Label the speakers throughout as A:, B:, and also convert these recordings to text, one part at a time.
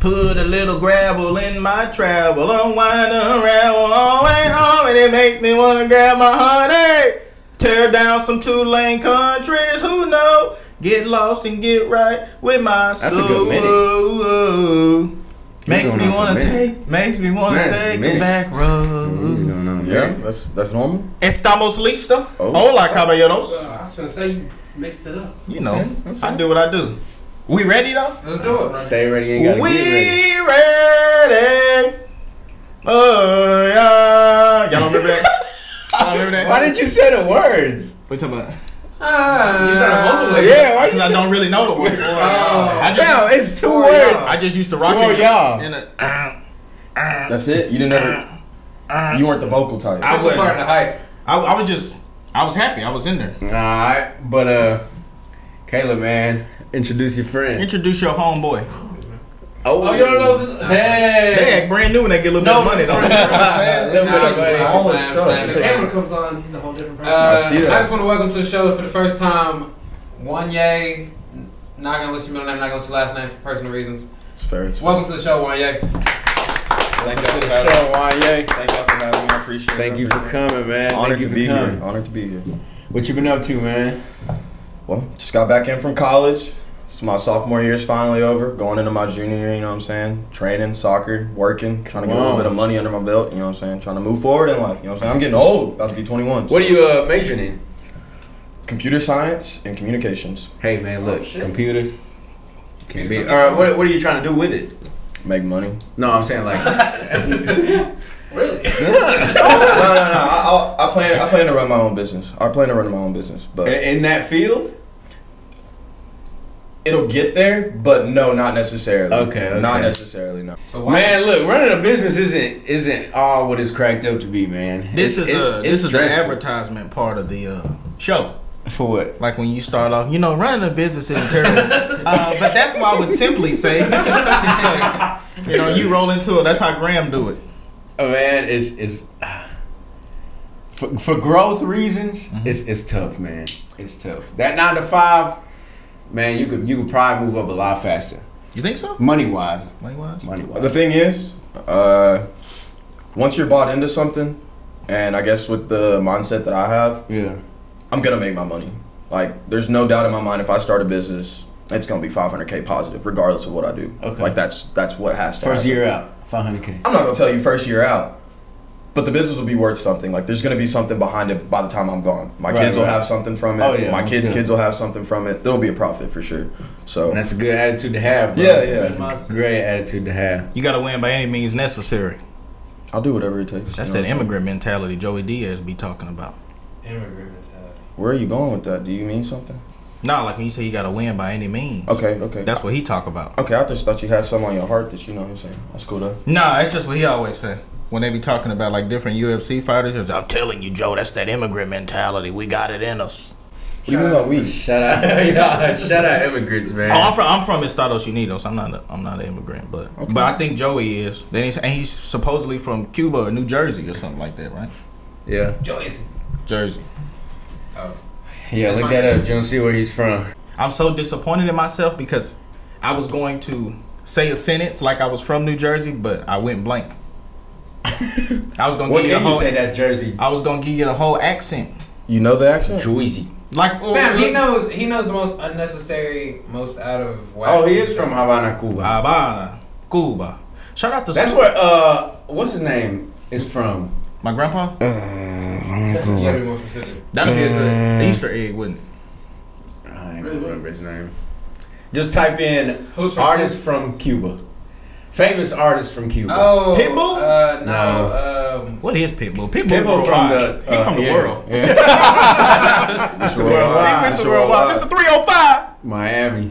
A: Put a little gravel in my travel, unwind Oh, unravel, always home, and it makes me wanna grab my honey. Tear down some two lane countries, who know? Get lost and get right with my
B: That's a
A: soul.
B: good minute.
A: Makes
B: going
A: me
B: on for a
A: wanna
B: minute.
A: take, makes me wanna
B: Man,
A: take
B: minute.
A: a back
B: What's
A: road.
B: going on?
C: Yeah,
B: Yeah.
C: that's that's normal.
A: Estamos listo.
B: Oh.
A: Hola caballeros.
D: I was gonna say you mixed it up.
A: You know, I do what I do. We ready though?
D: Let's do it.
B: Stay ready, ain't
A: We
B: gotta get
A: ready. Oh yeah. Y'all don't remember that? Y'all remember
B: ready.
A: that?
B: Why did you say the words?
A: What you talking about?
D: You gotta mumble it.
B: yeah, why you?
A: Cause I don't really know the word.
D: Oh.
A: I just,
B: Now it's two
D: Oh,
B: words.
D: yeah.
A: I just used to rock
B: Well,
A: it
B: yeah.
A: in a. Uh, uh,
B: That's it. You didn't ever. You weren't the vocal type.
A: I
D: This is
A: wouldn't.
D: part of the hype.
A: I, I was just, I was happy. I was in there.
B: Alright, but uh, Caleb, man, introduce your friend.
A: Introduce your homeboy.
D: Oh, you don't know this?
A: They
D: Dang.
A: act brand new and they get a little
D: No,
A: bit of money
D: friend.
A: though.
B: Little bit of money.
C: all his
D: When
C: stuff.
D: the camera comes on, he's a whole different person.
B: I
C: I
D: Uh,
B: see that.
C: see
D: I just want to welcome to the show for the first time, Wanye. Not gonna list your middle name, not gonna list your last name for personal reasons.
B: It's fair. It's
D: Welcome to the show, Wanye.
E: Thank y'all for having me.
B: Wanye.
E: Thank y'all for having me. I appreciate it.
B: Thank you for coming, man.
E: Honored
B: Thank you
E: to
B: for
E: be
B: coming.
E: here. Honored to be here.
B: What you been up to, man? Well, just got back in from college. It's my sophomore year's finally over. Going into my junior year, you know what I'm saying? Training, soccer, working, trying to get a little
E: on.
B: bit of money under my belt, you know what I'm saying? Trying to move forward in life, you know what I'm saying? I'm getting old, about to be 21.
E: What are you uh, majoring in?
B: Computer science and communications.
E: Hey man,
A: Oh,
E: look,
D: shit.
E: computers. Can be, all right, what, what are you trying to do with it?
B: Make money.
E: No, I'm saying like,
D: Really?
B: no, no, no. I, I, I plan. I plan to run my own business. I plan to run my own business, but
E: in, in that field.
B: it'll get there. But no, not necessarily.
E: Okay, okay.
B: Not necessarily. No.
D: So why?
E: Man, look, running a business isn't isn't all what it's cracked up to be, man.
A: This is
E: It's- it's-
A: uh,
E: it's
A: this is the
E: stressful.
A: advertisement part of the uh, show.
E: for what?
A: Like when you start off, you know, running a business isn't terrible, uh, but that's why I would simply say, you can simply say, you know, you roll into it. That's how Graham do it.
E: Oh, man, it's is for, for growth reasons.
A: Mm-hmm.
E: It's it's tough, man. It's tough. That nine to five, man. You could you could probably move up a lot faster,
A: You think so?
E: money wise.
A: Money wise?
E: Money
B: The
E: wise.
B: thing is, uh, once you're bought into something, and I guess with the mindset that I have,
E: Yeah.
B: I'm gonna make my money. Like, there's no doubt in my mind. If I start a business, it's gonna be 500k positive, regardless of what I do.
E: Okay.
B: Like that's that's what has to.
E: First
B: happen.
E: year out, five hundred k.
B: I'm not gonna tell you first year out, but the business will be worth something. Like there's gonna be something behind it by the time I'm gone. My
E: Right,
B: kids will
E: right.
B: have something from it.
E: Oh, yeah,
B: My
E: that's
B: kids'
E: good.
B: kids will have something from it. There'll be a profit for sure. So
E: That's a good attitude to have. Bro.
B: Yeah, yeah.
E: That's a great attitude to have.
A: You got to win by any means necessary.
B: I'll do whatever it takes.
A: That's
B: you know?
A: that immigrant mentality Joey Diaz be talking about.
D: Immigrant mentality.
B: Where are you going with that? Do you mean something?
A: Nah, like when you say you got to win by any means.
B: Okay, okay.
A: That's what he talk about.
B: okay, I just thought you had something on your heart that you know what I'm saying. That's cool though.
A: Nah, it's just what he always say. When they be talking about like different UFC fighters, it's, I'm telling you, Joe, that's that immigrant mentality. We got it in us.
B: What do you mean by we?
E: Shout out, yeah, shout out immigrants, man.
A: Oh, I'm from I'm from Estados Unidos. I'm not a, I'm not an immigrant, but
B: Okay.
A: but I think Joey is. Then he's, and he's supposedly from Cuba or New Jersey or something like that, right?
E: Yeah,
D: Joyce.
A: Jersey.
E: yeah.
D: That's
E: Look
D: fine.
E: that up. You don't see where he's from.
A: I'm so disappointed in myself because I was going to say a sentence like I was from New Jersey, but I went blank. I was gonna
E: What
A: give you the
E: can you
A: whole.
E: say? That's Jersey.
A: I was gonna give you the whole accent.
B: You know the accent?
E: Jersey.
A: Like, oh,
D: Fam, he knows. He knows the most unnecessary, most out of whack.
E: Oh, he is from Havana, Cuba.
A: Habana, Cuba. Shout out to
E: That's
A: Sue-
E: where uh, what's his name is from.
A: my grandpa.
D: You gotta be more specific.
A: That'd be a good Easter egg, wouldn't it?
E: I don't remember his name. Just type in
D: Who's from?
E: artist from Cuba, famous artist from Cuba.
D: Oh,
A: Pitbull?
D: Uh, no. Um,
A: What is Pitbull? Pitbull,
E: People from
A: worldwide.
E: the uh,
A: he from the world.
B: Mr.
E: Worldwide.
A: Mr. Worldwide, Mr. 305.
E: Miami.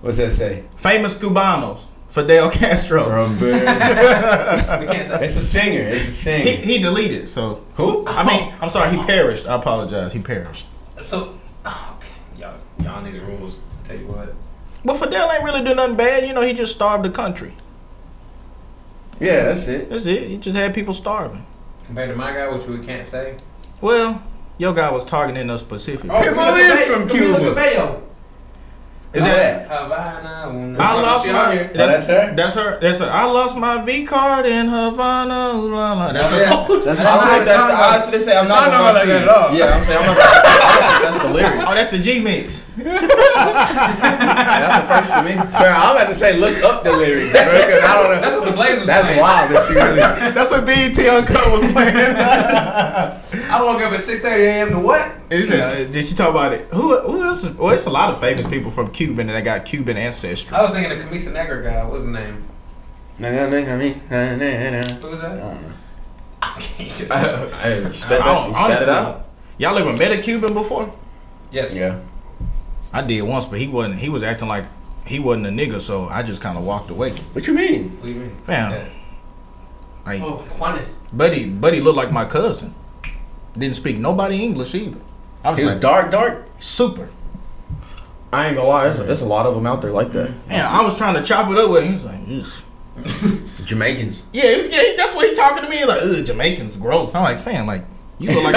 E: What's that say?
A: Famous Cubanos, Fidel Castro.
E: Roberto.
D: um, we can't say.
E: it's a singer. It's a
A: He,
E: singer.
A: he deleted, so.
E: Who?
A: I mean, I'm sorry, he perished. I apologize, he perished.
D: So, oh, okay. y'all, y'all need the rules. Tell you what.
A: But Fidel ain't really do nothing bad, you know, he just starved the country.
E: Yeah, that's it.
A: That's it, he just had people starving.
D: Compared to my guy, which we can't say.
E: Oh,
A: Well, your guy was targeting us specifically.
E: Pitbull is from Cuba.
D: Cabello.
A: Is
E: Oh,
A: that?
D: Havana. when-
A: I lost
D: She
A: my.
D: out here.
E: that's her?
A: That's her. That's her. I lost my V card in Havana. Ooh, la, la. That's her. song.
B: That's
E: That's
B: I
E: what
B: think that's the, I should say I'm
E: It's not
B: not
E: about
B: gonna lie to
E: that
B: you.
E: at all.
B: Yeah, I'm saying I'm not gonna lie to you. That's the lyrics.
A: Oh, that's the G mix.
B: Yeah, that's the first for me.
E: Bro, I'm about to say look up the lyrics, bro. 'cause I don't know.
D: That's what the Blazers.
E: That's
D: playing.
E: wild that you really.
A: That's what BET Uncut was playing.
D: I woke up at 6:30 a.m. to what?
A: He said, uh, did she talk about it? Who who else? Is, well, it's a lot of famous people from Cuban that got Cuban ancestry.
D: I was thinking the Camisa Negra guy. What was his name?
E: I
D: Who was that?
E: don't know.
B: Hey, spit
A: I
B: that-
A: don't
B: you spit it out.
A: honestly. Y'all ever met a Cuban before?
D: yes.
B: Yeah.
A: I did once, but he wasn't. He was acting like he wasn't a nigga, so I just kind of walked away.
E: What you mean?
D: What do you mean?
A: Fam,
D: Yeah.
A: like
D: Oh, Juanes.
A: buddy, buddy looked like my cousin. Didn't speak nobody English either. I was,
E: He was
A: like,
E: dark, dark.
A: super.
B: I ain't gonna lie, there's, there's a lot of them out there like that.
A: Man, I was trying to chop it up with him. He was like, Ugh.
E: Jamaicans.
A: yeah, he was, yeah, he- that's what he talking to me. He Like, Ugh, Jamaicans gross. I'm like, fam, like you look like,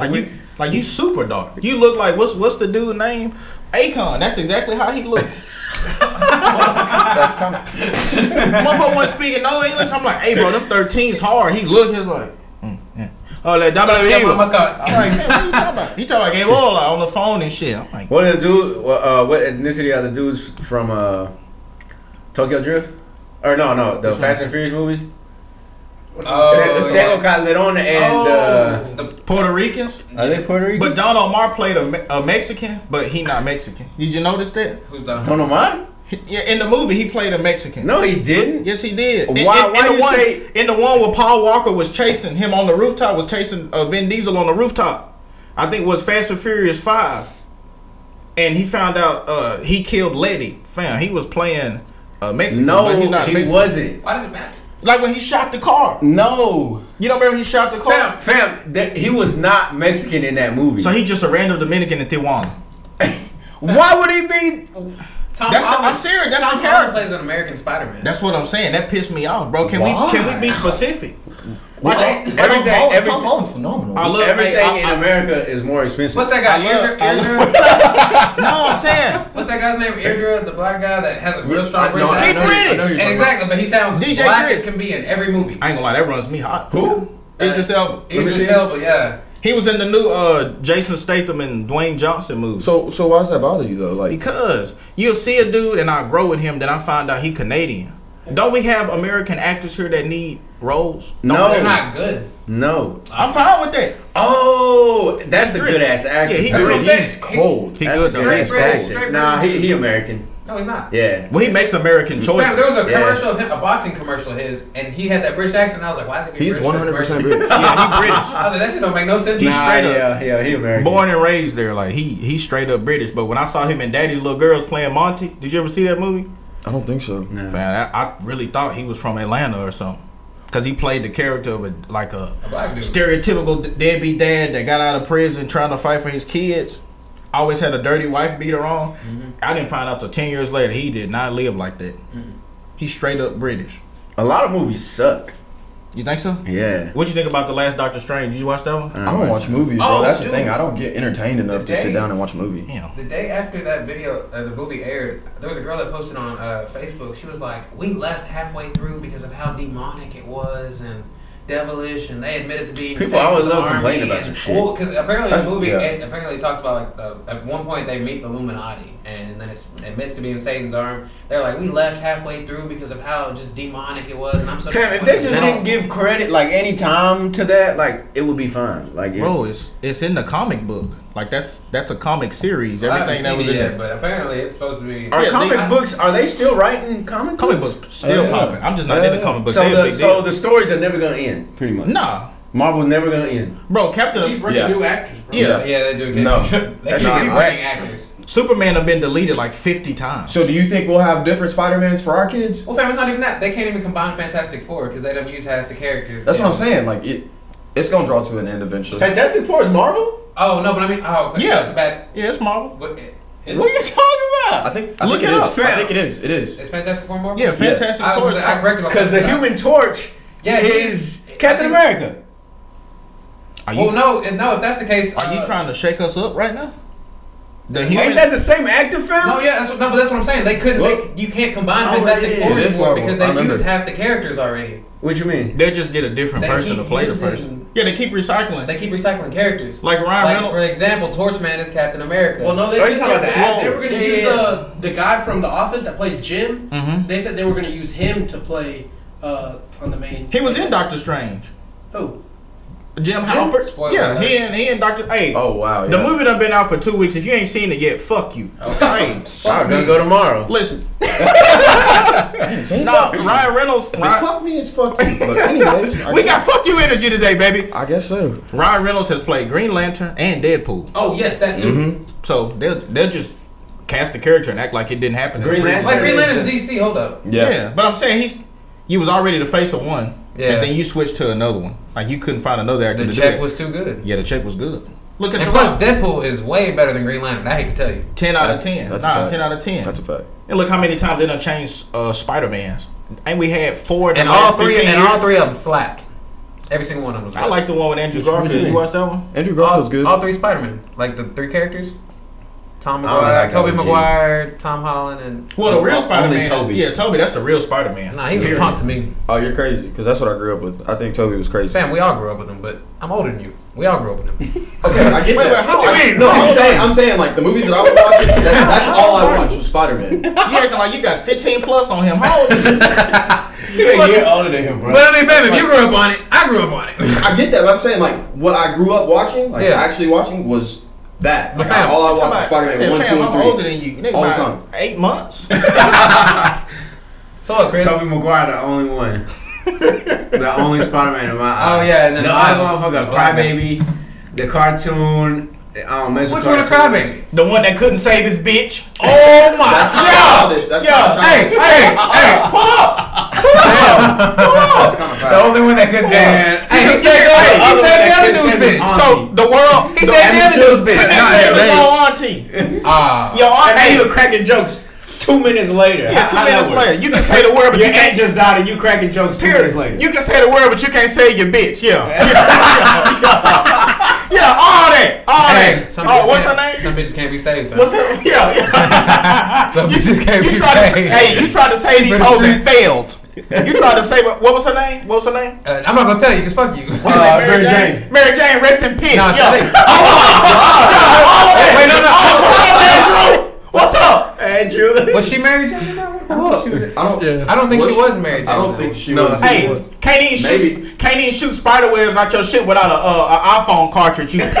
A: like you, like you super dark. You look like what's what's the dude name? Akon. That's exactly how he looked.
B: That's kind of,
A: Motherfucker wasn't speaking no English. I'm like, hey, bro, them 13s hard. He looked. He was like, mm, yeah. Oh, that double
D: Yeah,
A: eagle.
D: Mama got-
A: I'm like, man, what you talking about? He talking like Ebola on the phone and shit. I'm like,
E: What are the dude? What, uh, what ethnicity are the dudes from uh, Tokyo Drift? Or no, no, the Fast and Furious movies.
D: Oh,
E: It's- it's Diego Calderon and uh,
D: the,
A: Puerto Ricans.
E: are they Puerto Rican?
A: But Don Omar played a, Me- a Mexican, but he not Mexican. Did you notice that?
D: who's done?
E: Don Omar?
A: He- yeah, in the movie he played a Mexican.
E: No, he didn't.
A: Yes, he did. In-
E: Why-
A: in,
E: why
A: in the
E: you
A: one,
E: say-
A: in the one where Paul Walker was chasing him on the rooftop, was chasing uh, Vin Diesel on the rooftop. I think it was Fast and Furious Five, and he found out uh, he killed Letty. Fam, he was playing a Mexican. but
E: No,
A: he's not
E: he
A: Mexican.
E: wasn't.
D: Why does it matter?
A: Like when he shot the car.
E: No,
A: You don't remember he shot the car?
D: Fam.
E: fam, that, he was not Mexican in that movie.
A: So he just a random Dominican in Tijuana.
E: Why would he be?
D: Tom
A: That's the-
D: Holland-
A: I'm serious, that's
D: Tom
A: the
D: Holland
A: character.
D: plays an American Spider-Man.
A: That's what I'm saying. That pissed me off, bro. Can we can we be specific?
E: What's that?
A: Tom
E: Everything,
B: Holland-
E: everything,
B: Tom Holland's phenomenal.
A: I love-
E: everything
A: Hey, I-
E: in
A: I-
E: America is more expensive.
D: What's
A: I
D: that guy?
A: love-
D: Idra-
A: I
D: Idra-
A: No, I'm saying
D: What's that guy's name? Idra, the black guy that has a real strong British
E: No, I
A: He's
E: know you- I know
D: accent.
A: British.
E: you're talking
D: And exactly, but he sounds
A: DJ
D: black
A: Chris.
D: as can be in every movie.
A: I ain't gonna lie, that runs me hot.
E: Who?
A: Idris Elba. Let me see
D: Idris
A: him.
D: Elba, yeah.
A: He was in the new uh, Jason Statham and Dwayne Johnson movie.
B: So, so why does that bother you though? Like,
A: because you'll see a dude and I grow with him, then I find out he Canadian. Don't we have American actors here that need roles?
E: No.
D: They're not good.
E: No.
A: I'm fine with that.
E: Oh, that's a
A: Drake.
E: good ass actor.
A: Yeah, he
E: That's
A: Drake.
E: what I'm
B: he's
E: saying.
B: cold.
A: He
E: That's
A: good
E: a
A: though.
E: good ass
D: Drake, Drake,
E: actor.
D: Drake,
E: Nah,
D: Drake.
E: he he American.
D: No, he's not.
E: Yeah.
A: Well, he makes American
D: Fam, there was
A: choices.
D: a
E: Yeah.
D: commercial of him, a boxing commercial of his, and he had that British accent. And I was like, why is it?
B: He's
D: British?
B: 100 percent
D: British.
B: British.
A: Yeah, he British.
D: I was like, that shit don't make no sense.
A: He's
D: Nah.
A: straight up.
E: yeah, yeah, he American.
A: Born and raised there, like he he straight up British. But when I saw him and Daddy's Little Girls playing Monty, did you ever see that movie?
B: I don't think so.
E: No.
A: Man, I, I really thought he was from Atlanta or something, cause he played the character of a like a
D: A black dude.
A: stereotypical d- deadbeat dad that got out of prison trying to fight for his kids. Always had a dirty wife beater on. I didn't find out till ten years later he did not live like that. He's straight up British.
E: A lot of movies suck.
A: You think so?
E: Yeah.
A: What you think about the last Doctor Strange? Did you watch that one?
B: I don't watch movies, bro.
D: Oh,
B: That's
D: dude.
B: the thing. I don't get entertained enough to
D: Today-
B: sit down and watch a movie.
A: Damn.
D: The day after that video, uh, the movie aired, there was a girl that posted on uh, Facebook. She was like, "We left halfway through because of how demonic it was and devilish, and they admitted to being
E: People
D: saved
E: always
D: from the
E: love
D: army
E: complaining about
D: and-
E: some shit.
D: Well, because apparently
B: That's-
D: the movie
B: yeah.
D: it apparently talks about like uh, at one point they meet the Illuminati, and then it's admits to being Satan's arm. They're like, "We left halfway through because of how just demonic it was," and I'm so.
E: Fam, if they just
A: They
E: didn't give credit like any time to that, like it would be fine. Like it,
A: Bro, it's it's in the comic book. Like that's that's a comic series.
D: I haven't
A: Everything that
D: seen
A: was
D: it
A: in
D: yet,
A: there.
D: but apparently it's supposed to be.
E: are
A: yeah,
E: comic
A: they-
E: books are they still writing comic
A: Comic
E: books?
A: books still
B: Yeah.
A: popping. I'm just not
B: Yeah,
A: in the
B: yeah.
A: comic books.
E: so
A: they a
E: the
A: big
E: so
A: deal.
E: the stories are never gonna end. Pretty much.
A: nah,
E: Marvel never gonna end.
A: bro, Captain
B: bringing Yeah. new
D: actors, bro.
A: Yeah.
D: Yeah, they do. Get,
B: No.
D: they
E: That's
D: should
E: not
D: be
E: right.
D: bringing actors.
A: Superman have been deleted like 50 times.
B: So, do you think we'll have different Spider Mans for our kids?
D: Well, fam, it's not even that. They can't even combine Fantastic Four because they don't use half the characters.
B: That's what I'm saying. Like, it, it's gonna draw to an end eventually.
E: Fantastic Four is Marvel.
D: Oh no, but I mean, oh okay,
A: Yeah.
D: that's a bad.
A: yeah, it's Marvel.
D: What, is
E: What are you talking
B: I
E: about?
B: think. I
A: Look
B: think
A: it
B: is.
A: up,
B: I
E: fam.
B: think it is. It is.
D: Is Fantastic Four Marvel?
A: Oh, Yeah, Fantastic
D: I,
A: Four.
D: was, I corrected myself.
E: Because the Human Torch
D: Yeah, he
E: is
D: is.
E: Captain
D: I think-
E: America.
A: are you,
D: Oh, Well, no, and no. If that's the case,
A: are you
D: uh,
A: trying to shake us up right now? The
E: Ain't
A: human.
E: that the same actor film?
D: No, yeah, that's what, no, but that's what I'm saying. They couldn't. They, you can't combine
B: Oh,
D: Fantastic
B: it is.
D: Four
B: It is
D: anymore
B: Marvel.
D: because
B: I
D: they
B: remember.
D: used half the characters already.
E: What you mean?
A: they just get a different
D: They
A: person
D: keep
A: to play the
D: using-
A: person. Yeah, they keep recycling.
D: They keep recycling characters.
A: like Ryan
D: Like
A: Reynolds.
D: for example, Torchman is Captain America.
C: Well, no, they
E: Oh, you
C: said
E: talking
C: they-
E: about the actors?
C: they were going to
D: Yeah,
C: use
D: yeah,
C: uh, the guy from The Office that plays Jim.
A: Mhm.
C: They said they were going to use him to play uh, on the main.
A: He was in Doctor Strange.
C: Who?
A: Jim Halpert.
D: Spoiler
A: yeah, he
D: alert.
A: and he and Doctor. Hey,
B: Oh wow.
A: the
B: yeah.
A: movie done been out for two weeks. If you ain't seen it yet, fuck you.
D: Oh.
A: Hey,
E: I'm gonna go tomorrow.
A: listen.
B: Ain't
A: No,
B: fuck you.
A: Ryan Reynolds.
B: If it's
A: Ryan-
B: fuck me, it's fuck you. But anyways, I
A: we got
B: guess-
A: fuck you energy today, baby.
B: I guess so.
A: Ryan Reynolds has played Green Lantern and Deadpool,
D: oh yes, that too.
B: Mm-hmm.
A: so they'll they'll just cast the character and act like it didn't happen. in the
E: Green
A: previous-
E: Lantern.
D: Like Green Lantern's DC. Hold up.
A: Yeah. but I'm saying he's you was already the face of one,
D: Yeah.
A: and then you switched to another one. Like you couldn't find another actor.
D: The
A: to do
D: check
A: that.
D: was too good.
A: yeah, the check was good. Look at
D: And
A: the
D: plus,
A: rock.
D: Deadpool is way better than Green Lantern. I hate to tell you.
A: ten out of ten.
B: That's a
A: nah,
B: fact.
A: ten out of ten.
B: That's a fact.
A: and look how many times they done changed uh, Spider Man's. And we had four in the
D: And all
A: last
D: three,
A: 15
D: and all
A: years.
D: three of them slapped. Every single one of them. Was
A: I like the one with Andrew
B: Which one
A: Garfield.
B: you
A: You
B: mean?
A: watch that one?
B: Andrew
D: all,
B: Garfield's good.
D: all three Spider-Man, like the three characters. Tom
E: I don't
D: McGuire,
E: like
D: Toby
E: OG.
D: Maguire, Tom Holland, and
A: Well, the
E: Oh,
A: real
E: only
A: Spider Man.
E: Toby.
A: Yeah, Toby. That's the real Spider Man.
D: nah, he was a punk to me.
B: oh, you're crazy. Because that's what I grew up with. I think Toby was crazy.
D: Fam, we all grew up with him, but I'm older than you. We all grew up with him.
B: Okay, I
A: Wait,
B: get
A: wait,
B: that.
A: how
B: I-
A: old-
B: No, I'm saying, I'm saying, like the movies that I was watching. That's, that's all I watched was Spider Man.
A: You acting like you got 15 plus on him. How old is he?
E: You're a year older than him, bro.
D: but I mean, fam, if you grew up on it, I grew up on it.
B: I get that, but I'm saying like what I grew up watching, like
D: Yeah.
B: actually watching, was that. Like,
D: But fam,
B: I- all I watched was
A: Somebody-
B: Spider Man
A: said,
B: one,
A: "Fam,
B: two, and
A: I'm older
B: three.
A: than you. Nigga,
B: All the
A: by
B: time.
A: Eight months.
D: So what, Chris?
E: Toby Maguire, the only one. the only Spider Man in my eyes.
D: Oh, yeah, and then
E: the
D: Miles.
E: other motherfucker,
D: Black Man.
E: Crybaby, the cartoon. I don't mess
D: Which
E: with
D: one, a
E: cartoons.
D: crybaby?
A: the one that couldn't save his bitch.
D: Oh my!
B: That's not childish. That's
A: yo,
B: not
D: hey,
B: childish.
D: hey, hey!
A: Pull up.
B: That's kind of
D: The
B: foul.
D: only one that could dance. Hey,
A: You
D: he
A: said
D: said, hey, he
E: the
D: said the
E: other one that
D: other dude's
E: could save
D: bitch.
E: his
A: So the world.
D: He said the
E: amateur
D: other dude's
A: Couldn't
D: bitch.
A: save his
E: Hey.
A: old auntie.
D: Ah.
A: Your
E: And then you
A: auntie.
E: were cracking jokes two minutes later.
A: Yeah, two
E: How- how that
A: minutes
E: work?
A: later. You can say the word, but you
E: Your aunt
A: can't.
E: just died and you cracking jokes two minutes later.
A: Period. You can say the word, but you can't say your bitch. Yeah. Yeah, yeah all that. All
D: Hey,
A: that.
D: some
A: Oh,
D: bitches
A: what's her
D: can't-
A: name?
D: Some bitches can't be saved. fam.
A: What's her? Yeah, yeah.
D: Some bitches can't
A: You
D: be
A: tried to,
D: saved.
A: hey, you tried to say these
D: For the
A: hoes and
D: streets.
A: failed. You tried to say what was her name? What was her name?
D: Uh, I'm not gonna tell you, cause fuck you.
E: Uh, Mary Jane.
A: Mary Jane, rest in peace.
D: Nah,
A: yo.
D: so they-
A: oh my God! Yo, all of
D: Wait, no, no.
A: oh, that. What's up, Andrew? What's up? oh.
E: Andrew.
D: Was she married? Jane? I
B: I don't.
D: I don't think she was married.
B: I
D: though.
B: don't think she
C: No,
B: was.
A: Hey, can't even
B: Maybe.
A: shoot, can't even shoot spider webs out your shit without a, uh, a iPhone cartridge. You pussy.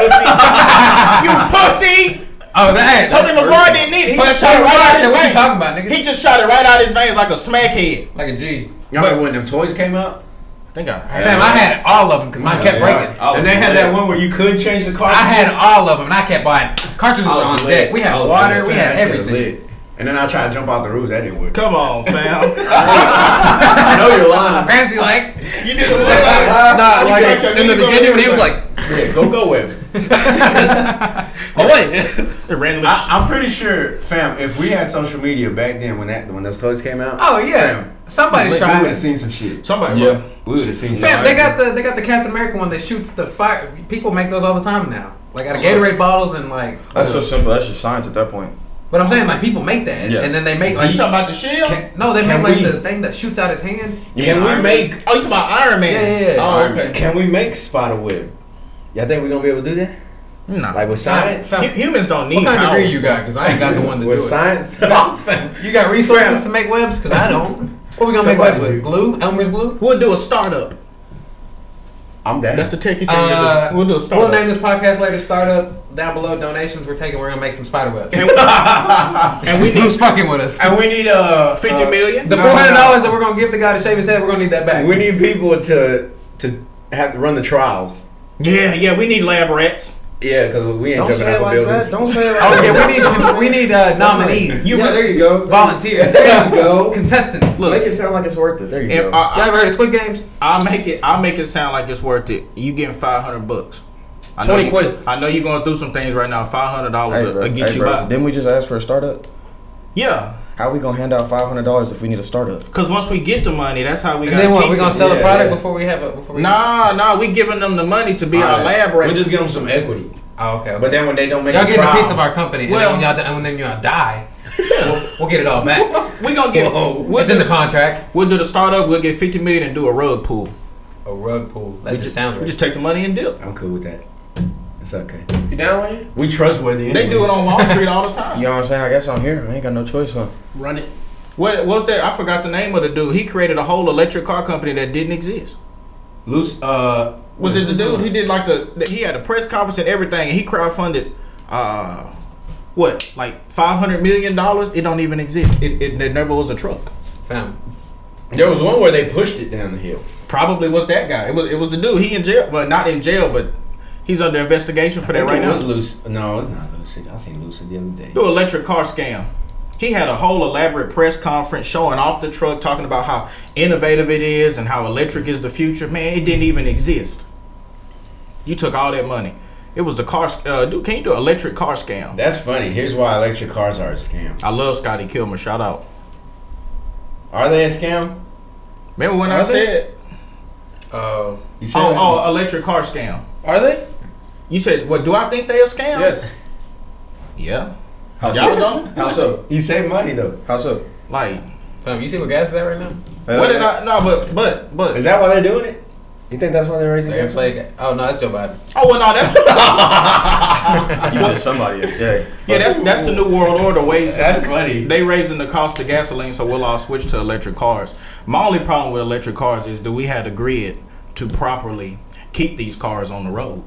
A: you pussy.
D: Oh, that.
A: Toby McGuire didn't need it. He
D: But
A: just
D: Toby
A: shot it right
D: McGuire
A: out
D: said,
A: his
D: "What you
A: veins.
D: talking about, nigga?"
A: He just shot it right out his veins like a smackhead.
D: Like a G.
E: Y'all remember when them toys came out?
A: I think I.
D: Fam, I had all of them because mine kept breaking.
B: I was
E: and they had
B: there.
E: that one where you could change the car.
D: I had all of them and I kept buying cartridges
E: I was
D: on
E: lit.
D: deck. We
E: I
D: had
E: was
D: water.
E: lit.
D: We
E: Fam,
D: had
E: that shit
D: everything.
E: lit. And then I tried to jump off the roof. That didn't work.
A: Come on, fam.
E: I know you're lying.
D: Uh, Ramsey like, uh,
A: you did a
F: Nah,
A: You got
F: like
A: your
F: in the
A: knees on
F: beginning when he
A: everything.
F: was like,
E: Yeah, go go with it.
F: "Oh wait,
A: little randomly.
E: I, I'm pretty sure, fam. If we had social media back then, when that when those toys came out,
D: oh yeah,
E: fam,
D: somebody's
E: we would
D: trying.
E: have seen some shit.
A: Somebody.
B: Yeah.
E: We would have seen.
D: Fam,
E: some
D: they
E: shit.
D: got the they got the Captain America one that shoots the fire. People make those all the time now, like out of Gatorade bottles and like.
B: That's so simple. That's just science at that point.
D: But I'm saying like people make that,
B: Yeah.
D: and then they make
A: Are you
D: like.
A: talking about the shield?
D: no, they
E: Can
D: make like
E: we-
D: the thing that shoots out his hand.
B: You
E: Can
B: mean
E: we
B: Iron
E: make?
A: Oh, you talking about Iron Man?
D: Yeah, yeah, yeah.
A: Oh,
B: Iron
A: okay.
E: Can we make spider web? Y'all think we're gonna be able to do that?
A: Nah.
E: Like with science?
D: Fam,
A: Hu- humans don't need
D: What kind of
A: powers.
D: degree you got? Because I ain't got the one to do
E: With
D: it.
E: science?
D: You got resources to make webs? Because I don't. What we gonna make
E: Somebody
D: webs with?
E: do.
D: Glue? Elmer's glue?
A: We'll do a startup.
E: I'm down.
A: That's the techie thing. to
D: Uh,
A: do. we'll do a
D: We'll
A: startup.
D: name this podcast later. Startup down below. Donations we're taking. We're gonna make some spider webs.
A: and, we- and we need
D: Who's fucking with us?
E: and we need uh
A: fifty
E: uh,
A: million.
D: The
E: No,
D: four hundred
E: no.
D: dollars that we're gonna give the guy to shave his head, we're gonna need that back.
E: We need people to to have to run the trials.
A: Yeah, yeah. We need lab rats.
E: Yeah, because we ain't
F: don't
E: jumping
F: say it
E: out of
F: like
E: buildings.
F: that. Don't say it like
D: oh
F: that."
D: yeah, we need we need uh, nominees,
A: You
F: yeah,
A: re-
F: there you go.
D: volunteers,
F: There you go.
D: contestants. Y'all
F: Make it sound like it's worth it. There you
A: If
F: go.
A: I,
D: ever heard of Squid Games?
A: I make it. I make it sound like it's worth it. You getting five hundred bucks. I know
F: 20
A: you,
F: quid.
A: I know you're going through some things right now. Five hundred dollars
B: Hey, bro.
A: will get
B: Hey,
A: you
B: bro.
A: by.
B: Didn't we just ask for a startup?
A: Yeah,
B: How we gonna hand out five hundred dollars if we need a startup?
A: because once we get the money, that's how we.
D: And
A: gotta
D: then what?
A: keep
D: We gonna
A: it.
D: sell the
B: yeah,
D: product
B: yeah.
D: before we have a before we.
A: Nah, nah. We giving them the money to be our
E: Alright.
A: lab rats.
E: We'll just give them some equity.
D: Oh, okay.
B: But then when they don't make
D: y'all
B: a
D: getting
B: trial,
D: a piece of our company, and
A: Well-
D: then when y'all di- and then y'all die, we'll, we'll get it all back.
A: We gonna get. We'll,
D: it's in
A: do
D: the
A: the,
D: contract.
A: we'll do the startup. We'll get fifty million and do a rug pool.
D: A rug pool. That
A: We
D: just
A: just-
D: sounds
A: We
D: right.
A: just take the money and dip.
E: I'm cool with that. It's okay.
C: You down with it?
E: We trustworthy.
A: They
E: anyway.
A: do it on Wall Street all the time.
B: you know what I'm saying? I guess I'm here. I ain't got no choice, huh?
C: Run it.
A: What what's that? I forgot the name of the dude. He created a whole electric car company that didn't exist.
E: Loose. Uh,
A: Was it the dude? He did like the the- he had a press conference and everything, and he crowdfunded, uh, what like five hundred million dollars? It don't even exist. It, it, it never was a truck.
D: Fam.
E: There was one where they pushed it down the hill.
A: Probably was that guy. It was it was the dude. He in jail, well not in jail, but he's under investigation for that right
E: it
A: now.
E: was loose. No, it's not lucid. I seen lucid the other day.
A: Do electric car scam. He had a whole elaborate press conference showing off the truck, talking about how innovative it is and how electric is the future. Man, it didn't even exist. You took all that money. It was the car. sc- Uh, dude, can you do electric car scam?
E: That's funny. Here's why electric cars are a scam.
A: I love Scotty Kilmer. Shout out.
E: Are they a scam?
A: Remember when I
E: Are they?
A: said,
D: Oh.
E: Uh, You said
A: oh,
E: that?
A: oh, electric car scam?
C: Are they?
A: You said, what? Do I think they a scam?
C: Yes.
A: Yeah.
B: How
A: Y'all
B: so?
A: don't
B: How so?
E: You save money though.
B: How so?
A: like.
D: Fam, you see what gas is at right now?
A: What did I? No, but but but.
E: Uh, Is that why they're doing it?
B: You think that's why they're raising
D: They
B: gas?
D: inflate ga- Oh no, that's Joe Biden.
A: oh well, no, that's
B: You did somebody. Yeah.
A: yeah, that's that's the new world order ways.
E: funny.
A: They raising the cost of gasoline, so we'll all switch to electric cars. My only problem with electric cars is do we have the grid to properly keep these cars on the road?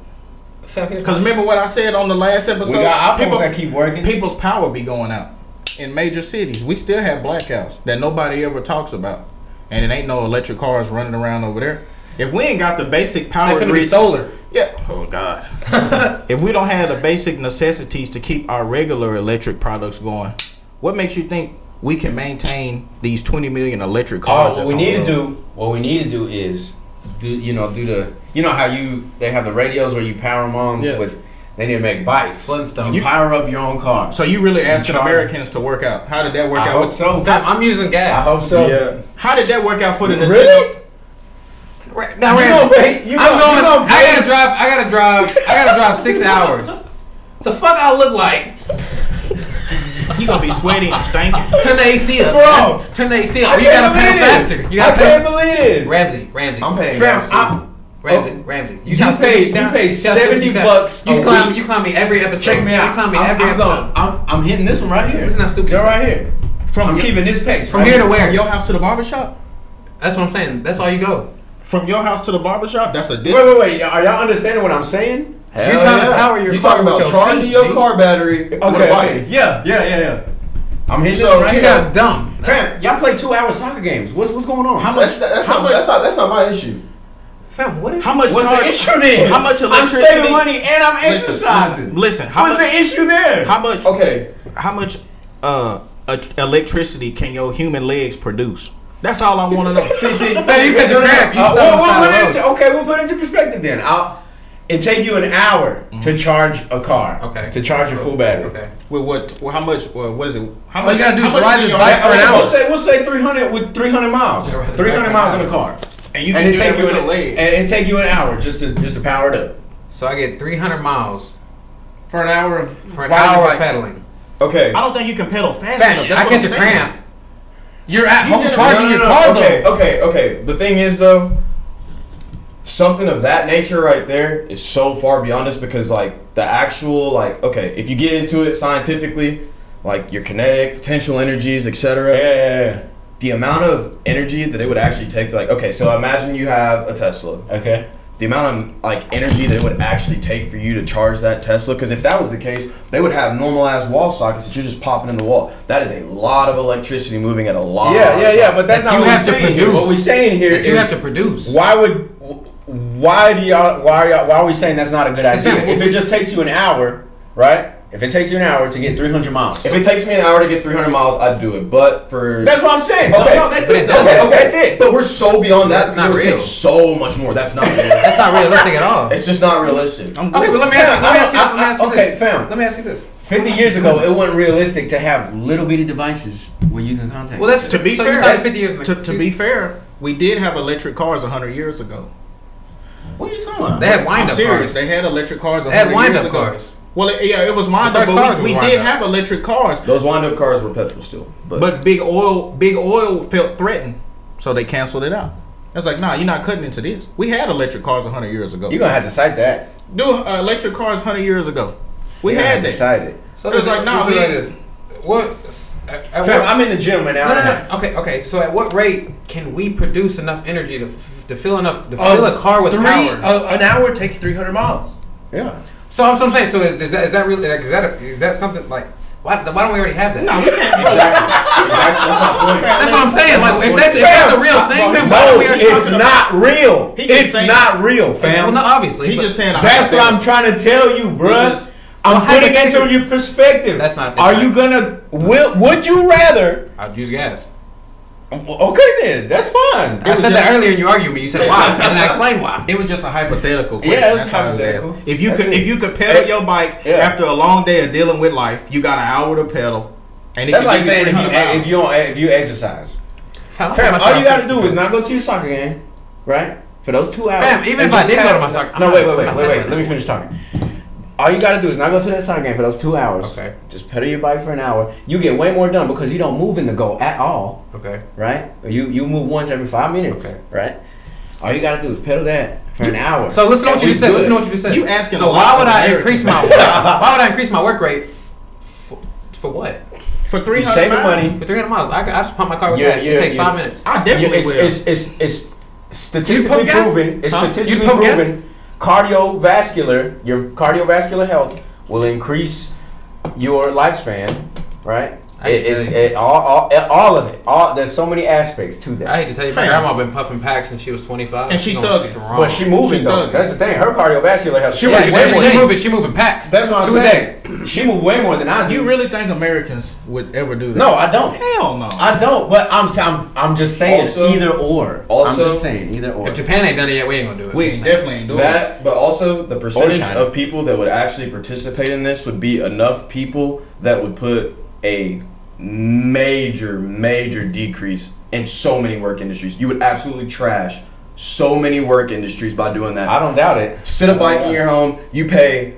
D: Fam, here's
A: Because remember what I said on the last episode.
E: we got iPhones
A: People-
E: that keep working.
A: people's power be going out in major cities. We still have blackouts that nobody ever talks about, and it ain't no electric cars running around over there. If we ain't got the basic
C: They
A: power
C: finna be
A: grid-
C: solar.
A: yeah. Oh God. if we don't have the basic necessities to keep our regular electric products going, what makes you think we can maintain these 20 million electric
E: Oh,
A: cars?
E: what
A: that's
E: we
A: on
E: need
A: the
E: to
A: road?
E: do, what we need to do is, do you know, do the, you know how you they have the radios where you power them on.
C: Yes.
E: With, they need to make bikes.
D: Flintstone.
E: You power up your own car.
A: So you really asking
E: try.
A: Americans to work out? How did that work
E: I
A: out?
E: hope so.
D: Fam, I'm using
E: I
D: gas.
E: hope so.
B: Yeah.
A: How did that work out for the Nintendo?
E: Really?
D: Right, now,
E: You
D: Randall,
E: gonna wait- you
D: I'm
E: gonna- you
D: going.
E: gonna
D: I gotta drive. I gotta drive. I gotta drive six hours. The fuck I look like?
A: You gonna be sweaty and stinking?
D: Turn the AC up,
E: Bro.
D: Turn the AC
E: I
D: up. You
E: can't
D: gotta pedal
E: believe this.
D: faster. You gotta
E: I can't
D: pedal.
E: believe this.
D: Ramsey, Ramsey,
B: I'm paying
E: Fam,
B: Oh. gas too.
E: I,
D: Ramsey, Ramsey.
E: You
D: sound
E: pay-
D: stupid.
E: you
D: sound-
E: pay
D: sound stupid.
E: 70
D: You sound-
E: bucks
D: You
E: a
D: climb.
E: week.
D: You climb me every episode.
E: check me out.
D: You climb me
E: I'm-
D: every
E: I'm, going-
D: episode.
E: I'm, I'm hitting this one right here.
D: It's not stupid.
E: Joe right here.
A: From
E: I'm
A: your-
E: keeping this pace.
D: From
E: right
D: here to
A: From
D: where?
A: your house to the barbershop?
D: That's what I'm saying. That's all you go.
A: From your house to the barbershop? That's a
E: Wait,
A: distance.
E: wait, wait. Are y'all understanding what I'm saying?
B: Hell
D: You're trying to power your
B: You
D: car
B: talking
D: with
B: about
D: your
B: charging
D: feet,
B: your
D: G.
B: car battery with a
E: Okay.
B: bike?
E: okay. Yeah, yeah, yeah, yeah. I'm hitting
B: So,
E: this one
D: You
E: right
D: sound
E: here.
D: dumb.
E: Fam, y'all play two hour soccer games. What's what's going on?
A: How
B: That's
A: much?
B: that's not that's not that's not my issue.
D: Fam, what is?
A: How much?
E: What's
A: charge-
E: the issue then?
A: How much
E: I'm
A: electricity?
E: saving money and I'm
A: Listen,
E: exercising.
A: Listen, listen, how
E: What's
A: much?
E: the issue there?
A: How much?
B: Okay,
A: How much uh, e- electricity can your human legs produce? That's all I want to know.
E: See, see,
D: Fam, you catch a crab. You
E: Uh, well,
D: stop on the
E: we'll
D: side
E: put
D: of the
E: it
D: road.
E: into, okay, we'll put it into perspective then. I'll, it take you an hour
A: Mm-hmm.
E: to charge a car.
D: Okay.
E: To charge your full battery.
D: Okay.
A: With what? Well, how much? Well, what is it? How
D: All you gotta do
A: how
D: is
A: much
D: ride
A: do
D: this
A: your-
D: bike for an
E: We'll
D: hour.
E: say we'll say 300 with 300 miles.
D: Yeah, right.
E: 300 miles in the car.
A: And you
E: and
A: can
E: it
A: do
E: take
A: that
E: you
A: with
E: an,
A: your legs.
E: and it take you an hour just to just to power it up.
D: So I get 300 miles
E: For an hour of
D: for an
E: riding
D: hour
E: bike.
D: of pedaling.
B: okay.
A: I don't think you can pedal fast enough.
D: Fam,
A: That's
D: I
A: what
D: catch
A: I'm
D: a
A: saying.
D: cramp.
E: You're at home
A: did-
E: charging
B: No, no,
E: your
B: no,
E: car
B: okay,
E: though.
B: Okay, okay. The thing is though, something of that nature right there is so far beyond us because like the actual like okay, if you get into it scientifically, like your kinetic potential energies, etc.
E: Yeah, yeah,
B: The amount of energy that it would actually take to like okay, so imagine you have a Tesla.
E: yeah. Okay.
B: the amount of like energy that it would actually take for you to charge that Tesla. Because if that was the case, they would have normal ass wall sockets that you're just popping in the wall. That is a lot of electricity moving at a lot.
E: Yeah,
B: of
E: yeah, yeah.
B: time.
E: But that's
D: That
E: not
D: you
E: what
D: have
E: we're
D: to
E: saying.
D: produce.
E: What we're saying here
D: That you
E: is-
D: have to produce.
E: Why would why do y'all why are y'all why are we saying that's not a good
D: It's
E: idea?
D: not-
E: if it just takes you an hour, right? If it takes you an hour to get 300 miles,
B: if it takes me an hour to get 300 miles, I'd do it. But for
E: that's what I'm saying.
B: Okay.
E: Okay, no, that's
D: But
E: it.
D: it
E: Okay,
D: doesn't.
E: okay, that's it.
B: but we're so beyond that.
D: That's
B: because it
D: not
B: would
D: real.
B: take so much more. That's not realistic.
D: That's not realistic at all.
B: it's just not realistic.
A: I'm
D: Okay,
A: good.
D: but let me
E: Fam,
D: ask you, let me ask you
E: I-
D: this. Let me
E: I-
D: ask you
E: okay,
D: this.
E: fam.
D: Let me ask you this.
E: 50 years ago, it wasn't realistic to have little bitty devices where you can contact.
D: Well, that's
A: To be
D: so
A: fair,
D: You're talking 50 years in the
A: to, to be fair, we did have electric cars hundred years ago.
F: What are you talking about?
D: They had
A: I'm
D: wind up
A: serious.
D: cars.
A: They had electric cars. a
D: They had
A: hundred
D: wind
A: years
D: up
A: ago.
D: cars.
A: Well, it, yeah, it was wind
D: The
A: up,
D: first
A: but
D: cars
A: we,
D: was
A: we
D: wind
A: did
D: up.
A: have electric cars.
B: Those wind up cars were petrol still, but,
A: But big oil, big oil felt threatened, so they canceled it out. I was like, nah, you're not cutting into this. We had electric cars hundred years ago.
E: You're gonna have to cite that.
A: do uh, electric cars hundred years ago. We
E: You're gonna
A: had
E: have to
A: that.
E: cite it.
D: So
A: It was like, nah, we-
D: this. What? At, at
F: Fam,
D: what-
F: I'm in the gym right now.
D: no, no, no. Okay, okay. So at what rate can we produce enough energy to, f- to fill enough to
A: Uh,
D: fill a car with
F: three,
D: power?
F: uh, an hour takes 300 miles.
E: Yeah.
D: so that's what I'm saying. So is, is that is that really like, is that a, is that something like why, why don't we already have that?
E: Exactly. That's my point.
D: That's what I'm saying. Like if that's if that's a real thing, then why don't we already?
E: it's not real.
A: He can
E: It's
A: say-
E: not real,
D: Well,
E: fam.
D: no, obviously.
A: He
D: but-
A: just saying. a
E: That's what I'm
A: hypothetical.
E: trying to tell you,
A: Because-
E: bruh. I'm
D: Well,
E: putting it
D: hypothetically-
E: from your perspective.
D: That's not- that's
E: Are
D: not-
E: you gonna? Will, would you rather?
D: I'd use gas.
E: Okay, then that's fine.
D: I said that earlier and you argued with me. You said why, and then I explained why.
A: It was just a hypothetical. Question.
E: Yeah, it was
A: That's how
E: hypothetical.
A: asking. If you
E: That's
A: could,
E: it.
A: if you could pedal your bike
E: Yeah.
A: after a long day of dealing with life, you got an hour to pedal, and it
E: That's
A: could
E: like
A: give you
E: saying if you
A: 300 miles.
E: if you don't, if you exercise,
D: Fam,
E: fam. All you gotta do is not go to your soccer game, right? For those two hours.
D: Fam,
E: and
D: even if I
E: just
D: did go to
E: have-
D: my soccer- I'm
E: no,
D: not-
E: wait, wait,
D: I'm
E: wait,
D: not
E: wait,
D: doing
E: wait.
D: that.
E: Let me finish talking. All you gotta do is not go to that soccer game for those two hours.
D: Okay.
E: Just pedal your bike for an hour. You get way more done because you don't move in the goal at all.
D: Okay.
E: right? You you move once every five minutes,
D: Okay.
E: right? All you gotta do is pedal that for an hour.
D: So listen to what
E: And
D: you
E: we
D: just said.
E: good.
D: Listen to what you just said.
A: You asking a
D: So
A: lot
D: why would
A: of
D: I
A: Americans.
D: increase my work, why would I increase my work rate for, for what?
A: for
E: You
A: three hundred
E: saving
A: miles,
E: money.
D: For 300 miles, I, I just pump my car with
E: Yeah,
D: gas.
E: yeah,
D: it takes
E: yeah.
D: five minutes.
A: I
E: You-
A: definitely
E: it's,
A: will.
E: it's it's it's statistically
F: You pump gas?
E: proven. It's
F: Huh?
E: statistically
F: You pump gas?
E: proven. Cardiovascular, your cardiovascular health will increase your lifespan, right?
D: I
E: It,
D: can
E: it's
D: tell you.
E: it, all, all it- all of it. All there's so many aspects to
D: I
E: that.
D: hate to tell you, my
A: Fam.
D: grandma been puffing packs since she was 25.
A: And she
D: gonna
A: thugging.
D: be strong.
E: But she moving
A: She
E: though.
A: thugging.
E: That's the thing. Her cardiovascular health. She
D: yeah,
E: moved way
D: when
E: more.
D: she
E: than-
D: moving, she moving packs.
E: That's what
D: Two
E: I'm
D: a day.
E: saying. She moved way more than I do.
A: you really think Americans would ever do that?
E: No, I don't.
A: hell no.
E: I don't, but I'm I'm, I'm just saying
B: Also-
E: either or.
B: also-
E: I'm just saying either or.
D: If Japan ain't done it yet, we ain't gonna do it.
A: we definitely ain't doing that.
B: that. But also the percentage
E: China.
B: of people that would actually participate in this would be enough people that would put a major, major decrease in so many work industries. You would absolutely trash so many work industries by doing that.
E: I don't doubt it.
B: Sit a bike in your home. You pay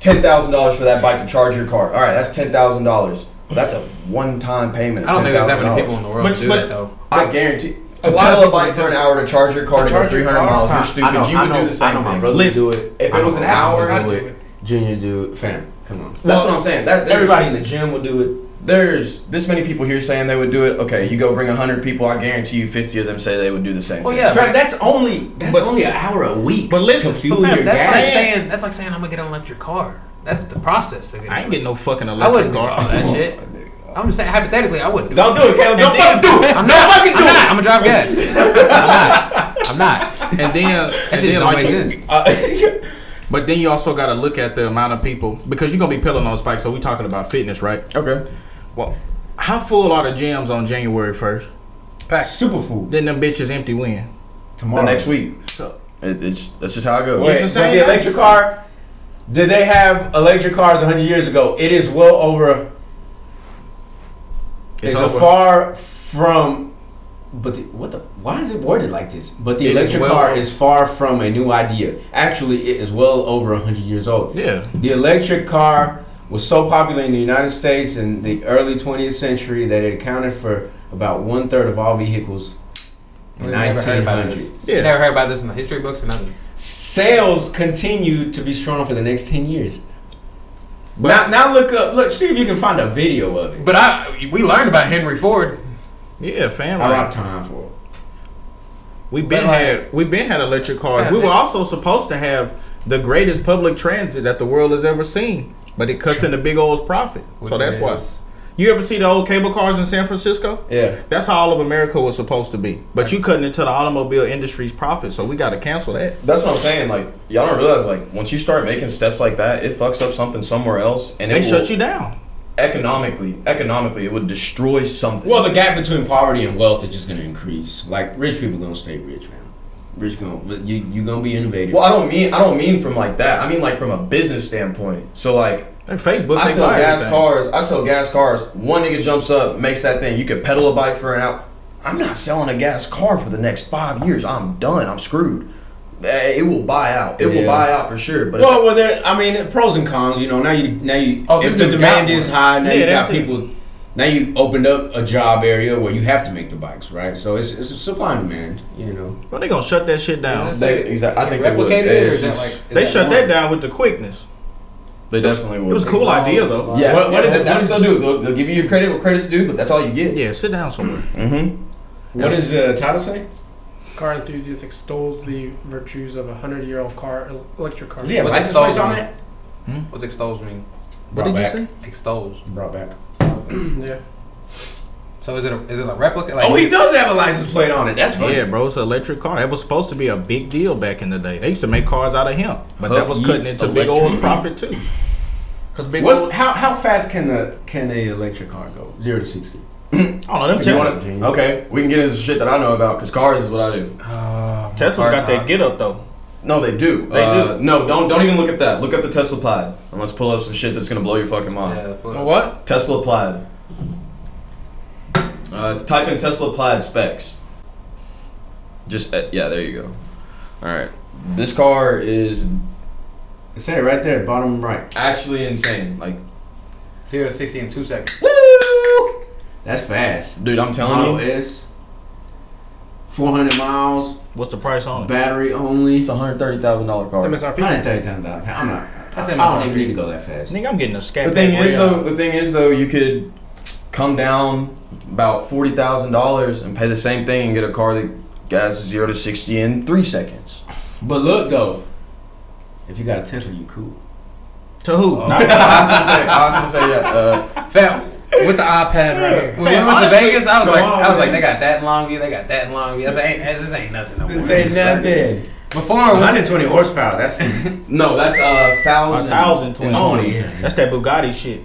B: ten thousand dollars for that bike to charge your car. All right, that's ten thousand dollars. That's a one-time payment. Of
D: I don't think there's that many
B: $10,000.
D: people in the world
A: But-
D: that do
A: but-
D: that though.
B: I guarantee.
F: A
B: To
F: lot of
B: pedal a
F: people
B: bike
F: do
B: for an
F: it.
B: hour to charge your car to,
F: To
B: go
F: charge your
B: 300
F: car.
B: miles,
E: I-
B: you're
E: I
B: stupid.
E: know-
B: you
E: I
B: would
E: know-
B: do the same
E: I know my
B: thing.
E: brother
A: Listen,
E: do it.
B: if
E: I
B: it
E: know
B: was an
E: my mom
B: hour,
E: would
B: I'd
E: do
B: do
E: it.
B: it.
E: Junior do fam. Come on.
B: That's what I'm saying. That there's,
E: Everybody in the gym will do it.
B: There's this many people here saying they would do it. Okay, you go bring hundred people. I guarantee you, fifty of them say they would do the same.
D: Well,
B: thing.
D: yeah,
E: Fam, that's only that's
A: But-
E: only an hour a week.
A: But listen,
E: to fuel
A: fam,
E: your
D: That's
E: gas.
D: like
A: Yeah.
D: saying that's like saying I'm gonna get an electric car. That's the process. of
A: I ain't getting no fucking
D: I wouldn't
A: electric
D: do
A: car.
D: all that shit. I'm just saying hypothetically, I wouldn't do
E: don't do it, Caleb. Don't
A: And then-
E: fucking do it.
D: I'm
E: don't
D: not.
E: fucking do
D: I'm not.
E: it.
D: I'm gonna drive gas. I'm not. I'm not.
A: And then, and
D: shit
A: then
D: don't
A: like,
D: make
A: you-
D: sense.
E: Uh,
A: but then you also got to look at the amount of people because you're gonna be pedaling on spikes. So we talking about fitness, right?
B: Okay.
A: Well, how full are the gyms on January first?
E: Superfood
A: Then them bitches empty when?
B: The
E: tomorrow.
B: next week.
A: So
B: It, it's that's just how it goes.
E: Wait,
A: It's the
E: but
A: same
E: the electric car. Did they have electric cars 100 years ago? It is well over. It's,
A: It's
E: a
A: over.
E: far from. But the, what the? Why is it worded like this? But the
A: It is
E: electric
A: well
E: car
A: over-
E: is far from a new idea. Actually, it is well over 100 years old.
A: yeah,
E: The electric car was so popular in the United States in the early 20th century that it accounted for about one third of all vehicles in
D: We've never heard about this.
E: 1900s.
A: yeah.
D: Never heard about this in the history books or nothing.
E: Sales continued to be strong for the next 10 years.
A: But-
E: now, now look up, look, see if you can find a video of it.
D: But I, we learned about Henry Ford.
A: Yeah, fam.
E: I don't
A: Like,
E: have time for it.
A: we been
D: But, like-
A: had we been had electric cars.
D: Fam,
A: We were
D: it-
A: also supposed to have the greatest public transit that the world has ever seen, but it cuts into big old's profit. so
D: Which
A: that's why.
D: is-
A: You ever see the old cable cars in San Francisco?
E: Yeah.
A: That's how all of America was supposed to be. But you cutting into the automobile industry's profit, so we got to cancel that.
B: That's what I'm saying. Like y'all don't realize like once you start making steps like that, it fucks up something somewhere else, and it
A: They
B: will-
A: shut you down.
B: economically. Economically, it would destroy something.
E: Well, the gap between poverty and wealth is just going to increase. Like, rich people going to stay rich, man. Rich going, you you going to be innovative.
B: Well, I don't mean I don't mean from like that. I mean like from a business standpoint. So like
A: And Facebook,
B: I
A: they
B: sell
A: buy
B: gas
A: everything.
B: cars. I sell gas cars. One nigga jumps up, makes that thing. You could pedal a bike for an hour. I'm not selling a gas car for the next five years. I'm done. I'm screwed. eh, it will buy out. It will
E: Yeah.
B: buy out for sure. But
E: Well, well, there, I mean, pros and cons. You know, now you now you
B: Oh,
E: if
B: this
E: the
B: dude
E: demand
B: got
E: is
B: one.
E: high, now
A: Yeah,
E: you got
A: that's it.
E: people. Now you opened up a job area where you have to make the bikes, right? So it's it's supply and demand. You know,
A: But they gonna shut that shit down.
B: they, exactly, I think they would. Eh,
D: replicated it, or
B: It's
D: is that
B: just-
D: like is
A: They shut
D: one?
A: that down with the quickness.
B: they definitely would.
A: It was a cool idea though.
B: Yes.
E: What- what
B: yeah,
E: is it-
B: That's what they'll do. They'll, they'll give you your credit what credit's due, but that's all you get.
A: Yeah, sit down somewhere.
B: Mm-hmm.
E: what does the title say?
C: Car enthusiast extols the virtues of a hundred-year-old car, el- electric car.
E: Does he have
D: What's
E: license
D: extols
E: plates on
D: mean?
E: it?
D: What's extols mean?
E: Brought back.
D: Extols.
E: Brought back.
C: Yeah.
D: So is it a, is it a replica? Like,
E: Oh, he does have a license plate on it. That's funny.
A: Yeah, bro, it's an electric car. That was supposed to be a big deal back in the day. They used to make cars out of hemp, but that
B: Huck
A: was cutting
B: Yeats
A: into Big
B: electric.
A: O's profit too. Cause Big
E: What's
A: O's,
E: how how fast can the can a electric car go? Zero to sixty.
A: I don't know them
E: You
A: Teslas.
E: wanna-
B: Okay, we can get into shit that I know about because cars is what I do.
D: Oh,
A: Tesla's
D: car
A: got
D: talk.
A: that get up though.
B: No, they do.
A: They
B: Uh, No, don't don't even look at that. Look up the Tesla Plaid and let's pull up some shit that's gonna blow your fucking mind.
D: Yeah,
C: The
D: pull it.
C: what?
B: Tesla Plaid. Uh, type in Tesla Plaid specs. Just uh, yeah, there you go. All right, this car is
E: It said it right there, bottom right.
B: actually insane. Like,
D: Zero to sixty in two seconds.
B: woo,
E: That's fast.
B: dude, I'm
E: Model
B: telling you,
E: S, four hundred miles,
A: What's the price on it?
E: battery only.
B: it's a hundred thirty thousand dollar car.
C: MSRP.
E: Hundred thirty thousand dollars. I'm not.
D: That's
E: I
D: MSRP.
E: don't even need to go that fast.
A: Nigga, I'm getting a scat.
B: The thing
A: pack
B: is
A: area.
B: though, the thing is though, you could come down about forty thousand dollars and pay the same thing and get a car that gas zero to sixty in three seconds.
E: But look though, if you got a Tesla, you cool.
A: to who?
B: I was gonna say, I was gonna say, yeah. Uh,
D: Fam,
C: With the iPad right here.
D: when we went
A: honestly,
D: to Vegas, I was
A: come
D: like,
A: on,
D: I was like,
A: man.
D: they got that in Longview, they got that in Longview. I was like, ain't, this ain't nothing. No more.
E: nothing.
D: Before,
E: One
D: when-
E: hundred twenty horsepower. That's
B: no, that's uh, a thousand.
A: A thousand twenty.
E: oh yeah.
A: That's that Bugatti shit.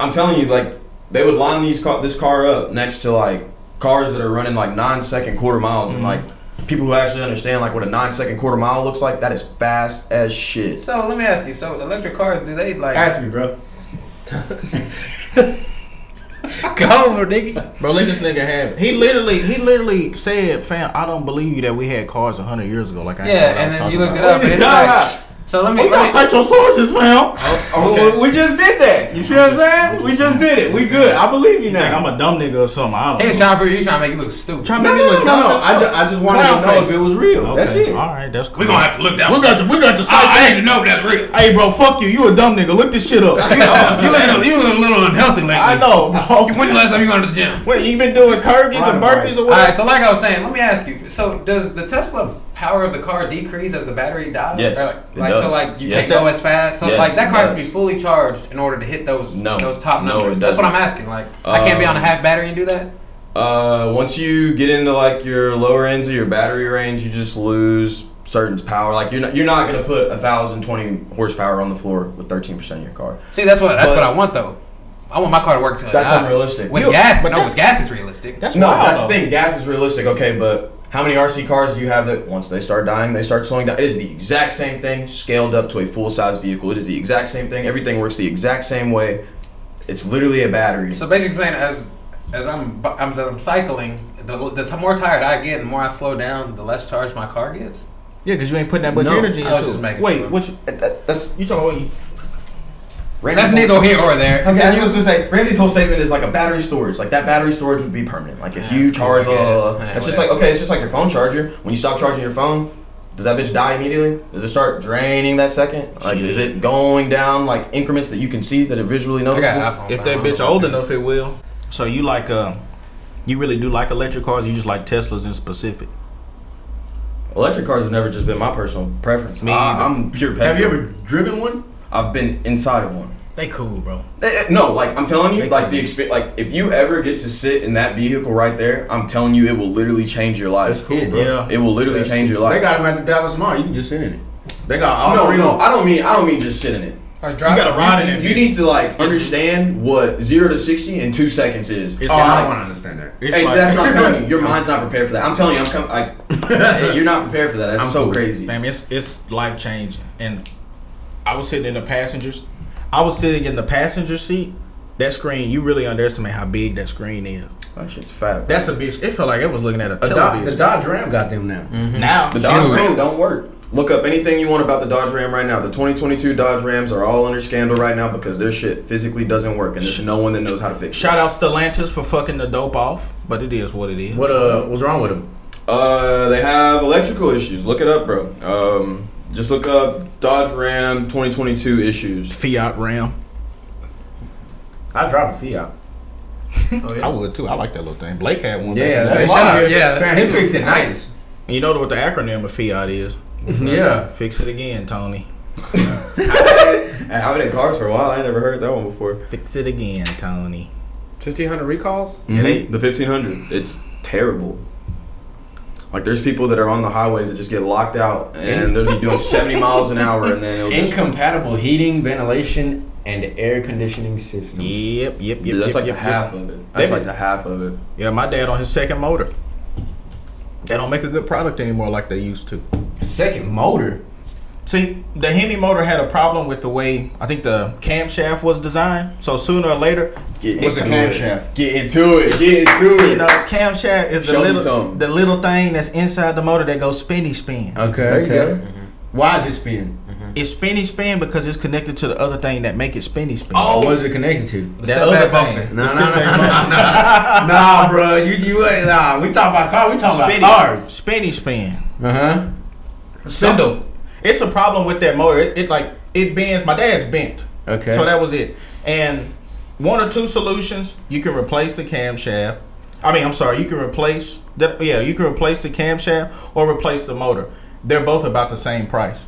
B: I'm telling you, like they would line these car, this car up next to like cars that are running like nine second quarter miles, and like people who actually understand like what a nine second quarter mile looks like. That is fast as shit.
D: so let me ask you. So electric cars, do they like?
E: Ask me, bro.
F: Go, nigga.
A: Bro, let this nigga have it. He literally, he literally said, "Fam, I don't believe you that we had cars hundred years ago." Like, I ain't know what
D: yeah,
A: I
D: and
A: was
D: then
A: talking
D: you looked it
A: about.
D: up. And it's
A: Yeah.
D: like, so let me.
A: We gotta
D: let me-
A: cite your sources, fam.
E: Oh, we just did that. You see what I'm saying? We just did it. We good. I believe you
A: Like, I'm a dumb nigga or something. I
D: Hey,
A: don't know.
D: Chopper, you trying to make you look stupid.
A: Tryna make
E: No,
A: me
E: no, no,
A: look dumb
E: no.
A: as
E: I, ju-
A: fuck.
E: I just wanted to
A: Clown
E: know
A: face.
E: if it was real.
A: Okay.
E: That's it.
A: All right, that's cool.
G: We're gonna have to look that
A: We
G: one.
A: got the we got the site.
G: I, I need to know if that's real.
A: Hey, bro, fuck you. You a dumb nigga. Look this shit up.
G: You look, you look a little unhealthy lately.
A: I know, bro.
G: When the last time you gone to the gym?
A: Wait, you been doing curgies and burpees or
D: All right,
A: what?
D: so like I was saying, let me ask you. So does the Tesla power of the car decrease as the battery dies?
B: Yes,
D: Or, like,
B: it
D: like, so,
B: does.
D: like you
B: Yes,
D: can't go
B: it-
D: as fast. So
B: yes,
D: like that car has to
B: it
D: be
B: does.
D: fully charged in order to hit those
B: No.
D: those top
B: No,
D: numbers.
B: it
D: That's what I'm
B: doesn't.
D: asking.
B: Um,
D: Like I can't be on a half battery and do that.
B: Uh, once you get into like your lower ends of your battery range, you just lose certain power. Like you're not you're not gonna put a thousand twenty horsepower on the floor with thirteen percent of your car.
D: See, that's what that's
B: But-
D: what I want though. I want my car to work till it
B: That's
D: dies.
B: unrealistic.
D: With
A: You-
D: gas,
A: but
D: no,
A: that's-
D: with gas it's realistic.
A: That's
B: no,
A: wild.
B: that's the
A: though.
B: thing. Gas is realistic, okay, but how many RC cars do you have that once they start dying, they start slowing down? It is the exact same thing, scaled up to a full size vehicle. It is the exact same thing. Everything works the exact same way. It's literally a battery.
D: So basically, saying as as I'm bu- I'm, as I'm cycling, the, the t- more tired I get, and the more I slow down, the less charged my car gets.
A: Yeah, because you ain't putting that much
B: No,
A: energy into
D: I was just
A: it.
D: making
A: Wait,
D: sure.
A: what you,
B: That- that- that's
A: you talking about? you-
D: That's neither here or there.
B: Okay, I was just say Ramsey's whole statement is like a battery storage. Like that battery storage would be permanent. Like if
D: Yeah,
B: you
D: that's cool, I
B: charge, blah, blah, blah.
D: guess. Yeah,
B: it's just like
D: whatever.
B: okay, it's just like your phone charger. When you stop charging your phone, does that bitch die immediately? Does it start draining that second? Like is it going down like increments that you can see that are visually
D: I
B: noticeable?
D: got an iPhone.
A: If that bitch old enough, it will. So you like uh, you really do like electric cars. You just like Teslas in specific.
B: Electric cars have never just been my personal preference.
A: Me
B: I,
A: either.
B: I'm pure petrol.
E: Have you ever driven one?
B: I've been inside of one.
A: They cool, bro.
B: Eh, eh, No, like I'm telling you,
A: Make
B: like
A: it
B: the experience, like if you ever get to sit in that vehicle right there, I'm telling you, it will literally change your life.
A: That's cool,
B: It-
A: bro.
B: Yeah. It will literally change your life.
E: They got them at the Dallas Mall. You can just sit in it. They got all
B: no,
E: three
B: no,
E: of
B: I don't mean I don't mean just sitting it.
C: I drive.
A: You gotta ride in it.
B: You need to like understand what zero to sixty in two seconds is.
A: It's
E: Oh, I
A: like-
E: don't want to understand that.
A: It's
B: Hey,
A: like,
B: that's what I'm telling you. Your mind's not prepared for that. I'm telling you, I'm com- I, you're not prepared for that. That's
E: I'm
B: so
E: cool.
B: crazy.
A: Fam, it's it's life changing. And I was sitting in the passengers. I was sitting in the passenger seat. That screen, you really underestimate how big that screen is.
B: Oh, That shit's fat.
A: That's a big. It felt like I was looking at a
E: A Dodge, the
A: television.
E: Dodge Ram got them now.
A: now,
B: The Dodge Ram don't work. Look up anything you want about the Dodge Ram right now. The 2022 Dodge Rams are all under scandal right now because their shit physically doesn't work, and there's no one that knows how to fix it.
A: Shout out Stellantis for fucking the dope off, but it is what it is.
F: What uh, what's wrong with him?
B: Uh, they have electrical issues. Look it up, bro. Um, just look up Dodge Ram 2022 issues.
A: Fiat Ram.
F: I drive a Fiat.
D: Oh, yeah.
A: I would too. I like that little thing. Blake had one. back
F: Yeah,
A: in the day.
F: hey, shout out. Yeah, he fixed it nice.
A: You know what the acronym of Fiat is?
E: Mm-hmm.
F: Yeah,
A: Fix it again, Tony.
B: I've been in cars for a while. I ain't never heard that one before.
A: Fix it again, Tony.
C: 1500 recalls?
A: It
B: Mhm.
A: ain't-
B: The 1500. It's terrible. Like there's people that are on the highways that just get locked out and they'll be doing 70 miles an hour and then it'll just,
E: Incompatible heating, ventilation, and air conditioning systems.
A: Yep, yep, yep.
B: Dude, that's
A: yep,
B: like
A: yep,
B: the
A: yep.
B: half of it. That's
A: They-
B: like the half of it.
A: Yeah, my dad on his second motor. They don't make a good product anymore like they used to.
E: Second motor.
A: See, the Hemi motor had a problem with the way I think the camshaft was designed. So sooner or later,
B: Get
E: What's a
B: into it.
E: camshaft?
B: Get into it. Get
A: you
B: into
A: know,
B: it.
A: camshaft is the
B: Show me
A: little
B: something.
A: the little thing that's inside the motor that goes spinny spin.
E: Okay.
B: you
E: okay. Why is it spinning?
A: It's spinny spin because it's connected to the other thing that make it spinny spin.
E: Oh, what is it connected to?
A: that
D: step
A: other
D: back bumper.
A: thing.
E: No,
A: The
E: no,
A: step
E: no,
A: back
E: no,
A: bumper.
E: nah, bro. You you ain't- nah. We talk about car. We talk
A: Spinny,
E: cars.
A: spinny spin.
E: Uh huh.
D: Spindle.
A: It's a problem with that motor. It, it like it bends. My dad's bent.
E: Okay.
A: So that was it. And one or two solutions, you can replace the camshaft. I mean, I'm sorry, you can replace that. Yeah, you can replace the camshaft or replace the motor. They're both about the same price.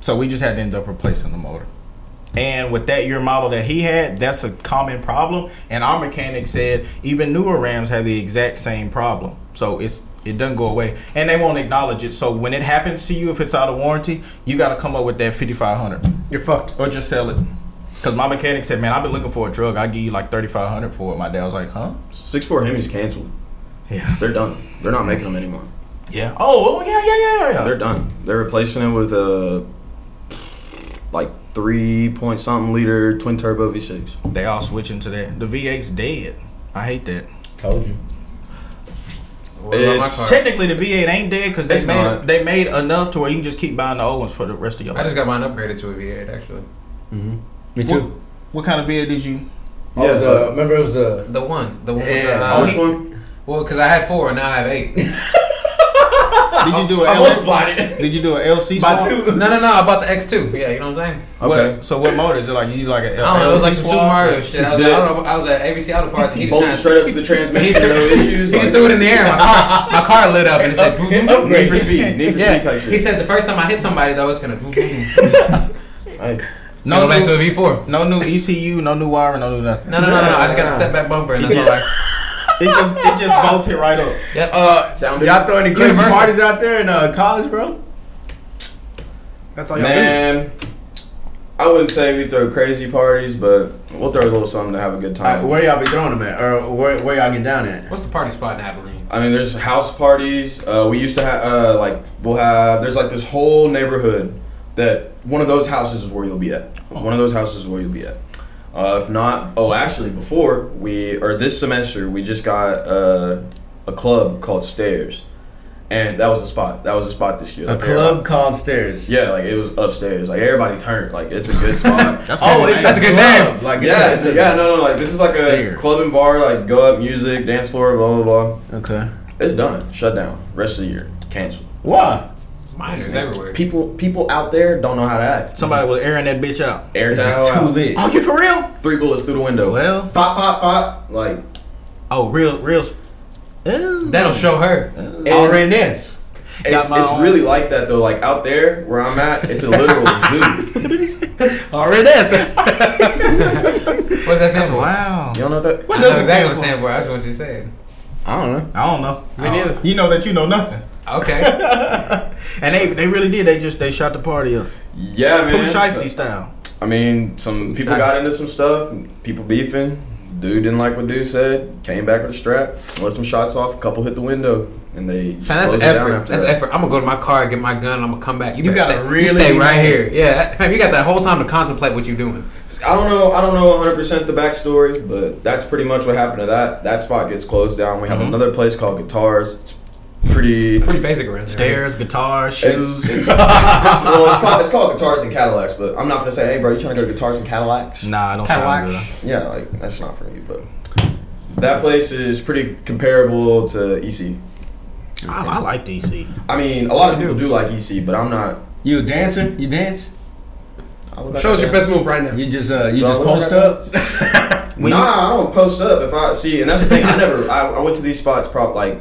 A: So we just had to end up replacing the motor. And with that year model that he had, that's a common problem. And our mechanic said even newer Rams have the exact same problem. So it's it doesn't go away, and they won't acknowledge it. So when it happens to you, if it's out of warranty, you got to come up with that 5500
C: You're fucked.
A: or just sell it. Cause my mechanic said, man, I've been looking for a drug. I give you like thirty five hundred for it. My dad was like, huh?
B: Six four Hemi's canceled.
A: Yeah.
B: They're done. They're not making them anymore.
A: Yeah. Oh, oh yeah, yeah, yeah, yeah.
B: They're done. They're replacing it with a like three point something liter twin turbo V6.
A: They all switching to that. The V8's dead. I hate that.
E: Told you.
D: What about my
B: It's-
D: car?
A: Technically, the V8 ain't dead because they
B: It's
A: made
B: not.
A: they made enough to where you can just keep buying the old ones for the rest of your
D: I
A: life.
D: just got mine upgraded to a V8 actually.
E: Me too.
A: what kind of V8 did you?
E: Oh,
B: Yeah,
E: the, remember it was the.
D: The one, the one. With
E: Yeah.
D: the,
B: Oh,
D: uh,
B: which one?
D: Well, because I had four and now I have eight. no,
A: Did you do a L- Did you do a LC? swap?
D: no, no. I bought the X2. Yeah, you know what I'm saying.
B: Okay.
A: What, so what motor is it like? You like a
D: I don't know. It was
A: LC
D: like some Super
A: swap?
D: Mario shit. I was, I don't know, I was at ABC Auto Parts and he just,
B: Bolted
D: kinda,
B: straight up to the transmission, no issues.
D: he
B: like-
D: just threw it in the air. My car, my car lit up and it said. "Boom, boom, boom."
B: Need for speed. Need for
D: Yeah,
B: speed type
D: he
B: shit.
D: said the first time I hit somebody though, it's gonna. boom, boom, boom."
B: Hey,
A: No
D: No, go back
A: new,
D: to a V4.
A: no new ECU, no new wiring, no new nothing.
D: No, no, no, no, no. I just got the step back bumper and that's all. I,
A: It just it just bolted right up.
D: yep.
E: Uh,
B: sound good.
E: Y'all throwing the crazy
D: Universal.
E: parties out there in uh, college, bro?
C: That's all y'all
B: Man, I wouldn't say we throw crazy parties, but we'll throw a little something to have a good
E: Uh,
B: time.
E: where y'all be throwing them at, or where, where y'all get down at?
D: What's the party spot in Abilene?
B: I mean, there's house parties. Uh, we used to have, uh, like, we'll have, there's like this whole neighborhood that one of those houses is where you'll be at. One of those houses is where you'll be at. Uh, if not, oh, actually, before we, or this semester, we just got uh, a club called Stairs. And that was a spot. That was a spot this year.
E: A
B: Like, everybody-
E: club called Stairs.
B: Yeah, like it was upstairs. Like everybody turned. Like it's a good spot.
E: Oh, it's
G: That's a good
E: club. Like,
B: yeah, it's a, yeah, no, no. Like this is like
A: Stairs.
B: a club and bar. Like go up, music, dance floor, blah blah blah.
E: Okay.
B: It's done. Shut down. Rest of the year, canceled.
E: Why?
D: Miners everywhere.
B: People, people out there don't know how to act.
A: Somebody was airing that bitch out.
B: Air
E: It's
B: down.
E: just too
B: out.
E: lit.
A: Oh, you for real?
B: Three bullets through the window.
A: Well,
B: Pop, pop, pop. Like
A: oh, real, real. sp- Ooh.
D: That'll show her.
E: All ran this.
B: it's,
A: my
B: it's
A: own-
B: really like that though. Like out there where I'm at, it's a literal zoo.
E: All ran this.
D: What's that stand for?
A: wow.
B: You don't know that?
D: I know exactly what stand for. That's what you said.
E: I don't know.
A: I don't know. Oh.
C: Me neither.
A: You know that you know nothing.
D: Okay.
A: And they they really did. They just they shot the party up.
B: Yeah, man.
A: Pooh
B: So-
A: Shiesty style.
B: I mean, some people got into some stuff, and people beefing. Dude didn't like what dude said, came back with a strap, let some shots off, a couple hit the window, and they just
D: Man, that's
B: closed it down
D: effort.
B: after
D: That's
B: that.
D: effort. I'm gonna go to my car, get my gun, and I'm gonna come back. You,
A: You
D: better
A: gotta
D: stay,
A: really
D: you stay
A: be
D: right
A: mad.
D: here. Yeah, fam, you got that whole time to contemplate what you're doing.
B: I don't know. I don't know 100 percent the backstory,
D: Mm-hmm.
B: but that's pretty much what happened to that. That spot gets closed down. We have another place called Guitars. It's pretty.
H: Pretty basic around here.
A: Stairs, guitar,
B: It's,
A: shoes.
B: it's, well, it's called, it's called Guitars and Cadillacs, but I'm not gonna say, hey, bro, you trying to go to Guitars and Cadillacs?
A: nah, I don't sound
H: Cadillac.
A: good.
B: Yeah, like that's not for me, but that place is pretty comparable to E EC.
A: I, I like DC.
B: I mean, a lot of people do like EC, but I'm not.
E: You a dancer? You dance?
B: I look like
H: Show us
B: a
H: your
B: dancer.
H: best move right now.
E: You just uh you
B: Do I
E: just
B: look like
E: post
B: a
E: up?
B: nah, I don't post up. If I see, and that's the thing. I never. I, I went to these spots. Prop like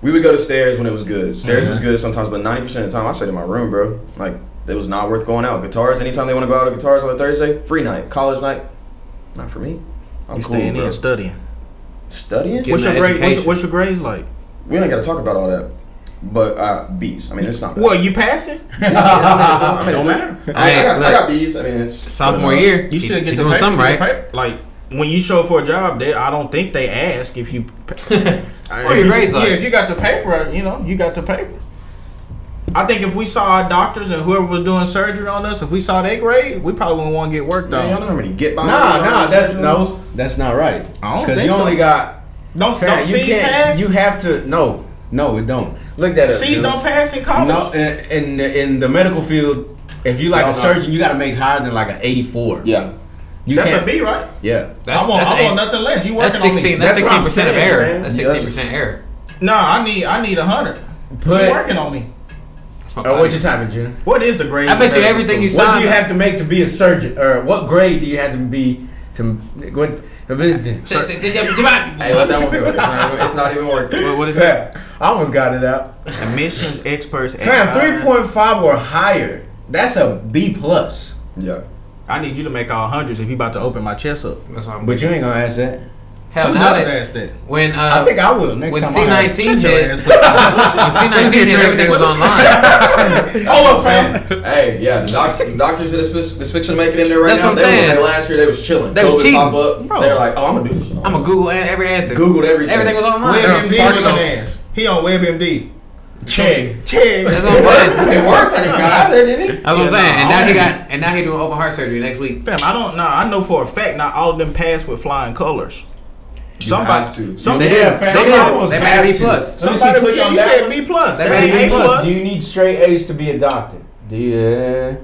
B: we would go to stairs when it was good. Stairs
E: Mm-hmm.
B: was good sometimes, but ninety percent of the time I stayed in my room, bro. Like it was not worth going out. Guitars. Anytime they want to go out to guitars on a Thursday, free night, college night, not for me. I'm
A: You
B: cool,
A: staying
B: bro.
A: in studying.
B: Studying.
H: Getting
A: What's your
H: that
A: grade? What's,
H: education.
A: what's your grades like?
B: We ain't got to talk about all that. But uh, B's. I mean, it's not. bad.
A: Well, you passing?
B: Yeah, I mean,
A: Don't
B: I,
A: matter.
B: mean, I, got, I got B's. I mean, it's
H: Sophomore year.
A: You still
H: you
A: get the
H: doing
A: paper,
H: something
A: you get
H: right.
A: the paper. Like when you show up for a job, they I don't think they ask if you.
H: are your grades
A: yeah,
H: like?
A: if you got the paper, you know, you got the paper. I think if we saw our doctors and whoever was doing surgery on us, if we saw their grade, we probably wouldn't want to get worked
B: Man, y'all
A: on.
B: know how many get by.
E: Nah, nah, that's no, that's not right.
A: I don't
E: Because
A: think
E: you only
A: so.
E: got
A: Don't,
E: fam,
A: don't
E: you
A: C's
E: can't
A: pass?
E: you have to no no it don't look that up.
A: C's
E: dude.
A: don't pass in college.
E: No, in, in the- in the medical field, if you like
B: No,
E: a
B: no.
E: surgeon, you got to make higher than like an eighty four.
B: Yeah.
E: you
A: that's
E: can't,
A: a B, right?
E: yeah.
H: That's,
A: I want,
H: that's,
A: I want
H: eight-
A: nothing less. You working
H: that's
A: on me?
H: sixteen. That's
A: what
H: sixteen
A: I'm
H: percent of
A: saying,
H: error.
A: man.
H: That's
E: Yes.
H: sixteen percent error.
A: Nah, I need I need a hundred. You
E: But-
A: working on me?
H: That's my
E: Or Oh, what
H: buddy.
E: you typing, Junior?
A: What is the grade?
H: I bet you everything you
E: What do
H: signed.
E: you have to make to be a surgeon, or what grade do you have to be to what? I
D: T- t- t- yeah, come on.
B: Hey, let that one go. It's not, even- it's not even worth it.
A: What, what is that?
E: almost got it out.
A: Admissions experts.
E: Fam,
A: AI.
H: uh,
E: three point five or higher. That's a B plus.
B: Yeah.
A: I need you to make all hundreds if you about to open my chest up.
D: That's why I'm.
E: But you ain't gonna ask that.
A: Who
D: Hell, now
A: does
D: that
A: ask that?
D: when uh,
E: I think I will next
D: when
E: time.
D: C
E: I have-
D: nineteen
A: Shut your
D: hit,
A: ass up.
D: when C nineteen hit, everything was online.
A: Hold up, fam.
B: Hey, yeah, the, doc, the doctors that's, fi- that's fixing to make it in there right
D: That's
B: now.
D: what I'm
B: they was-
D: saying.
B: like, last year they was chilling.
D: They was
B: COVID
D: cheating.
B: Pop up.
A: Bro.
B: They're like, oh, I'm gonna do this. shit.
D: I'm gonna Google a- every answer.
B: Googled everything.
D: Everything was online.
A: WebMD
H: Spartan
A: looking
H: Oaks.
A: ass. He on WebMD.
E: Chig.
A: Chig.
D: That's what I'm saying.
B: it worked. I didn't got out of there, didn't it?
D: That's what I'm
A: Yeah,
D: saying. And
A: nah,
D: now
A: I
D: he
A: don't-
D: got and now he doing open heart surgery next week.
A: Fam, I don't nah, I know for a fact not all of them passed with flying colors. Somebody
B: have to.
A: Some,
D: They
E: Yeah,
D: did.
E: fam,
D: They
E: I
D: did.
E: almost
D: They
E: had
D: made a B
E: to.
D: plus.
E: Let me see,
A: somebody
E: click
A: yeah,
E: on
A: you
E: that
A: said
E: one.
A: B plus.
D: That
A: That's
D: made
A: A
D: it
A: plus.
E: Do you need straight A's to be a doctor? Do you, uh,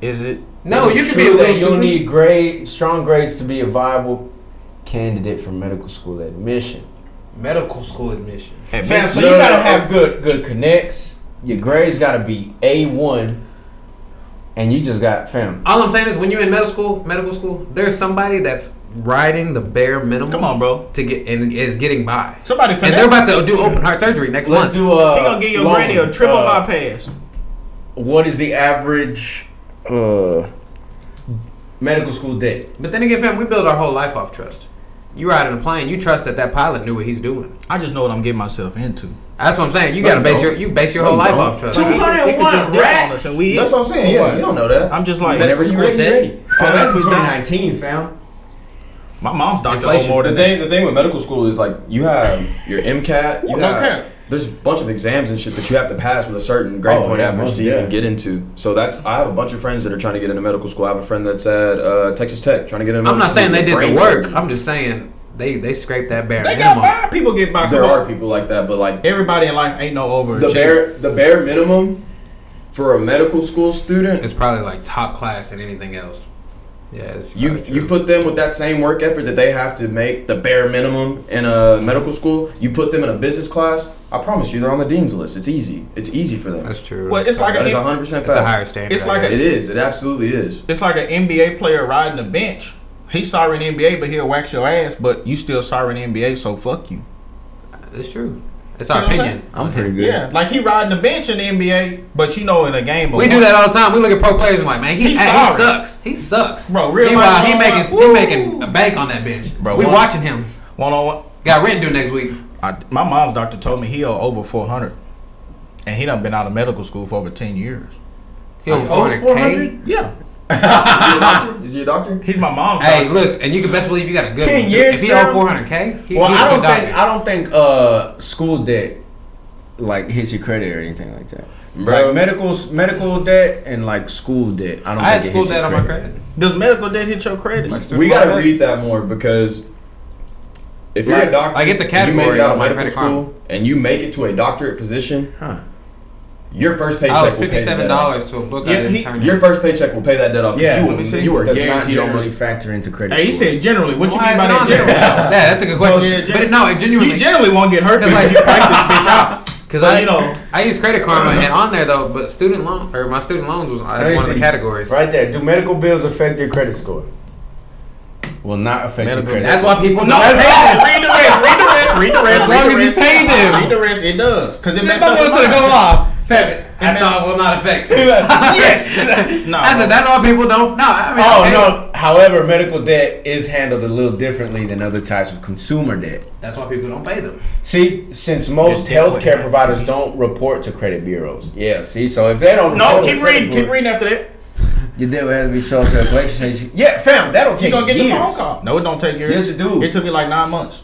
A: Is it
D: No, you can be a
E: Truly,
D: little
E: You'll
D: stupid.
E: need grade, strong grades to be a viable candidate for medical school admission.
D: medical school admission.
E: Fam, so you gotta have good, good connects. Your grades gotta be A one, and you just got fam.
D: All I'm saying is when you're in medical school, medical school, there's somebody that's riding the bare minimum.
A: Come on, bro.
D: To get and is getting by.
A: Somebody finesse.
D: And they're about to do open heart surgery next
E: Let's
D: month.
E: do a.
A: he gonna get
E: uh,
A: your granny a triple bypass.
E: What is the average uh, medical school debt?
D: But then again, fam, we build our whole life off trust. You ride in a plane, you trust that that pilot knew what he's doing.
A: I just know what I'm getting myself into.
D: That's what I'm saying. You gotta base your you base your whole life off trust.
A: He could- he could just dip on us and we
B: That's
A: in.
B: what I'm saying. Yeah, you don't know that.
A: I'm just like
D: Better- Every
E: You
D: school
E: ready?
D: debt.
E: You ready? Fam, that's
A: Fam,
E: 2019, fam.
A: my mom's doctor owe
D: Inflation.
A: more
B: The
A: than that.
B: thing, the thing with medical school is like you have your MCAT, you
A: No
B: have
A: cap.
B: there's a bunch of exams and shit that you have to pass with a certain grade
E: Oh,
B: point
E: yeah,
B: average
E: most-
B: to even
E: yeah.
B: get into. So that's I have a bunch of friends that are trying to get into medical school. I have a friend that's at uh, Texas Tech trying to get into.
D: I'm
B: medical
D: not
B: school,
D: saying they did
B: brain
D: the work.
B: surgeon.
D: I'm just saying they they scraped that bare
A: They got
D: minimum.
A: by. People get by.
B: There
A: Come
B: are
A: on.
B: people like that, but like
A: Everybody in life ain't no over.
B: the bare the bare minimum for a medical school student
D: It's probably like top class and anything else. Yeah, it's
B: You
D: probably
B: you
D: true.
B: put them with that same work effort that they have to make the bare minimum in a medical school. You put them in a business class. I promise you, they're on the dean's list. It's easy. It's easy for them.
D: that's true.
A: Well, it's like
B: That is
A: a,
B: hundred percent
D: That's a
B: fact.
D: higher standard.
A: It's
D: I
A: like a-
D: guess.
B: It is. It absolutely is.
A: it's like an NBA player riding the bench. He's sorry in NBA, but he'll wax your ass. But you still sorry in NBA, so fuck you.
D: It's true. It's
A: See
D: our
A: what I'm
D: opinion.
E: I'm pretty good.
A: Yeah, like he riding the bench in the NBA, but you know in a game. of
D: We do
A: one-
D: that all the time. We look at pro players and like, man, he,
A: He's
D: hey,
A: sorry.
D: he sucks. He sucks.
A: Bro, real
D: Meanwhile,
A: life,
D: he
A: one
D: making
A: on one.
D: he making
A: Woo.
D: a bank on that bench.
A: Bro,
D: we
A: one-
D: watching him.
A: one on one.
D: Got rent due next week.
A: I, my mom's doctor told me he owe over four hundred, and he done been out of medical school for over ten years.
D: He on
A: oh,
D: four hundred.
A: Yeah,
B: Is he a doctor?
A: he's my mom's
D: Hey,
A: doctor.
D: listen, and you can best believe you got a good
E: 10
D: one, too.
E: years,
D: If he
E: fam?
D: owe four hundred k, he
E: Well,
D: he's a
E: I
D: good
E: don't think
D: doctor.
E: I don't think uh, school debt like hits your credit or anything like that.
B: Bro.
E: Like medical medical debt and like school debt. I don't.
D: I
E: think
D: had
E: it
D: school
E: hits your
D: debt on my credit.
A: Does medical debt hit your credit?
B: We gotta read that more because if you're a
E: Like-
B: doctor,
D: like, it's a
B: and you make
D: category
B: it out
D: on
B: of
D: my
B: medical
D: credit
B: school, and you make it to a doctorate position,
E: Huh.
B: your first paycheck
D: I
B: will
D: owed
B: pay the
D: Oh, fifty-seven
B: debt off.
D: dollars to a book
A: Yeah,
D: I didn't
A: he-
D: turn
B: Your
D: in.
B: first paycheck will pay that debt off. 'cause
E: Yeah,
B: you,
A: let me
B: will-
A: see.
B: you are
E: Does not
B: guaranteed almost.
E: generally factor into credit.
A: Hey, he
E: scores.
A: said generally. What you
D: Why
A: mean by
D: is it
A: that
D: on there?
A: generally?
D: yeah, that's a good
A: Well,
D: question.
A: yeah, gen-
D: but it- no, it genuinely.
A: You generally won't get hurt because you practice your job.
D: Because
A: Well,
D: I,
A: you know.
D: I use Credit Karma, and on there though, but student loan or my student loans was
E: Let
D: as
E: me
D: one of the
E: see.
D: categories.
E: Right there. Do medical bills affect your credit score? Will not affect
A: Medical-
E: your credit.
D: That's why people
A: No,
D: don't.
A: read the rest. Read the rest. Read the rest.
E: As
A: read
E: long
A: the
E: as you
A: rest.
E: paid them.
A: Read the rest. It does because it messed
D: That's
A: up. his
D: gonna go
A: mind.
D: off. That's all will not affect.
A: Yes. No.
D: I said that's why people don't. No, I mean.
E: Oh
D: okay.
E: no! However, medical debt is handled a little differently than other types of consumer debt.
I: That's why people don't pay them.
E: See, since most
A: Just deal with
E: healthcare
A: it.
E: providers don't report to credit bureaus. Yeah. See, so if they don't,
A: No.
E: report to
A: Keep
E: credit
A: reading. Keep
E: bureaus,
A: reading after that.
E: Your debt will have to be sold to a collection agency. Yeah, fam, that'll take
A: You gonna get
E: years.
A: the phone call? No, it don't take years.
E: Yes, it do.
A: It took me like nine months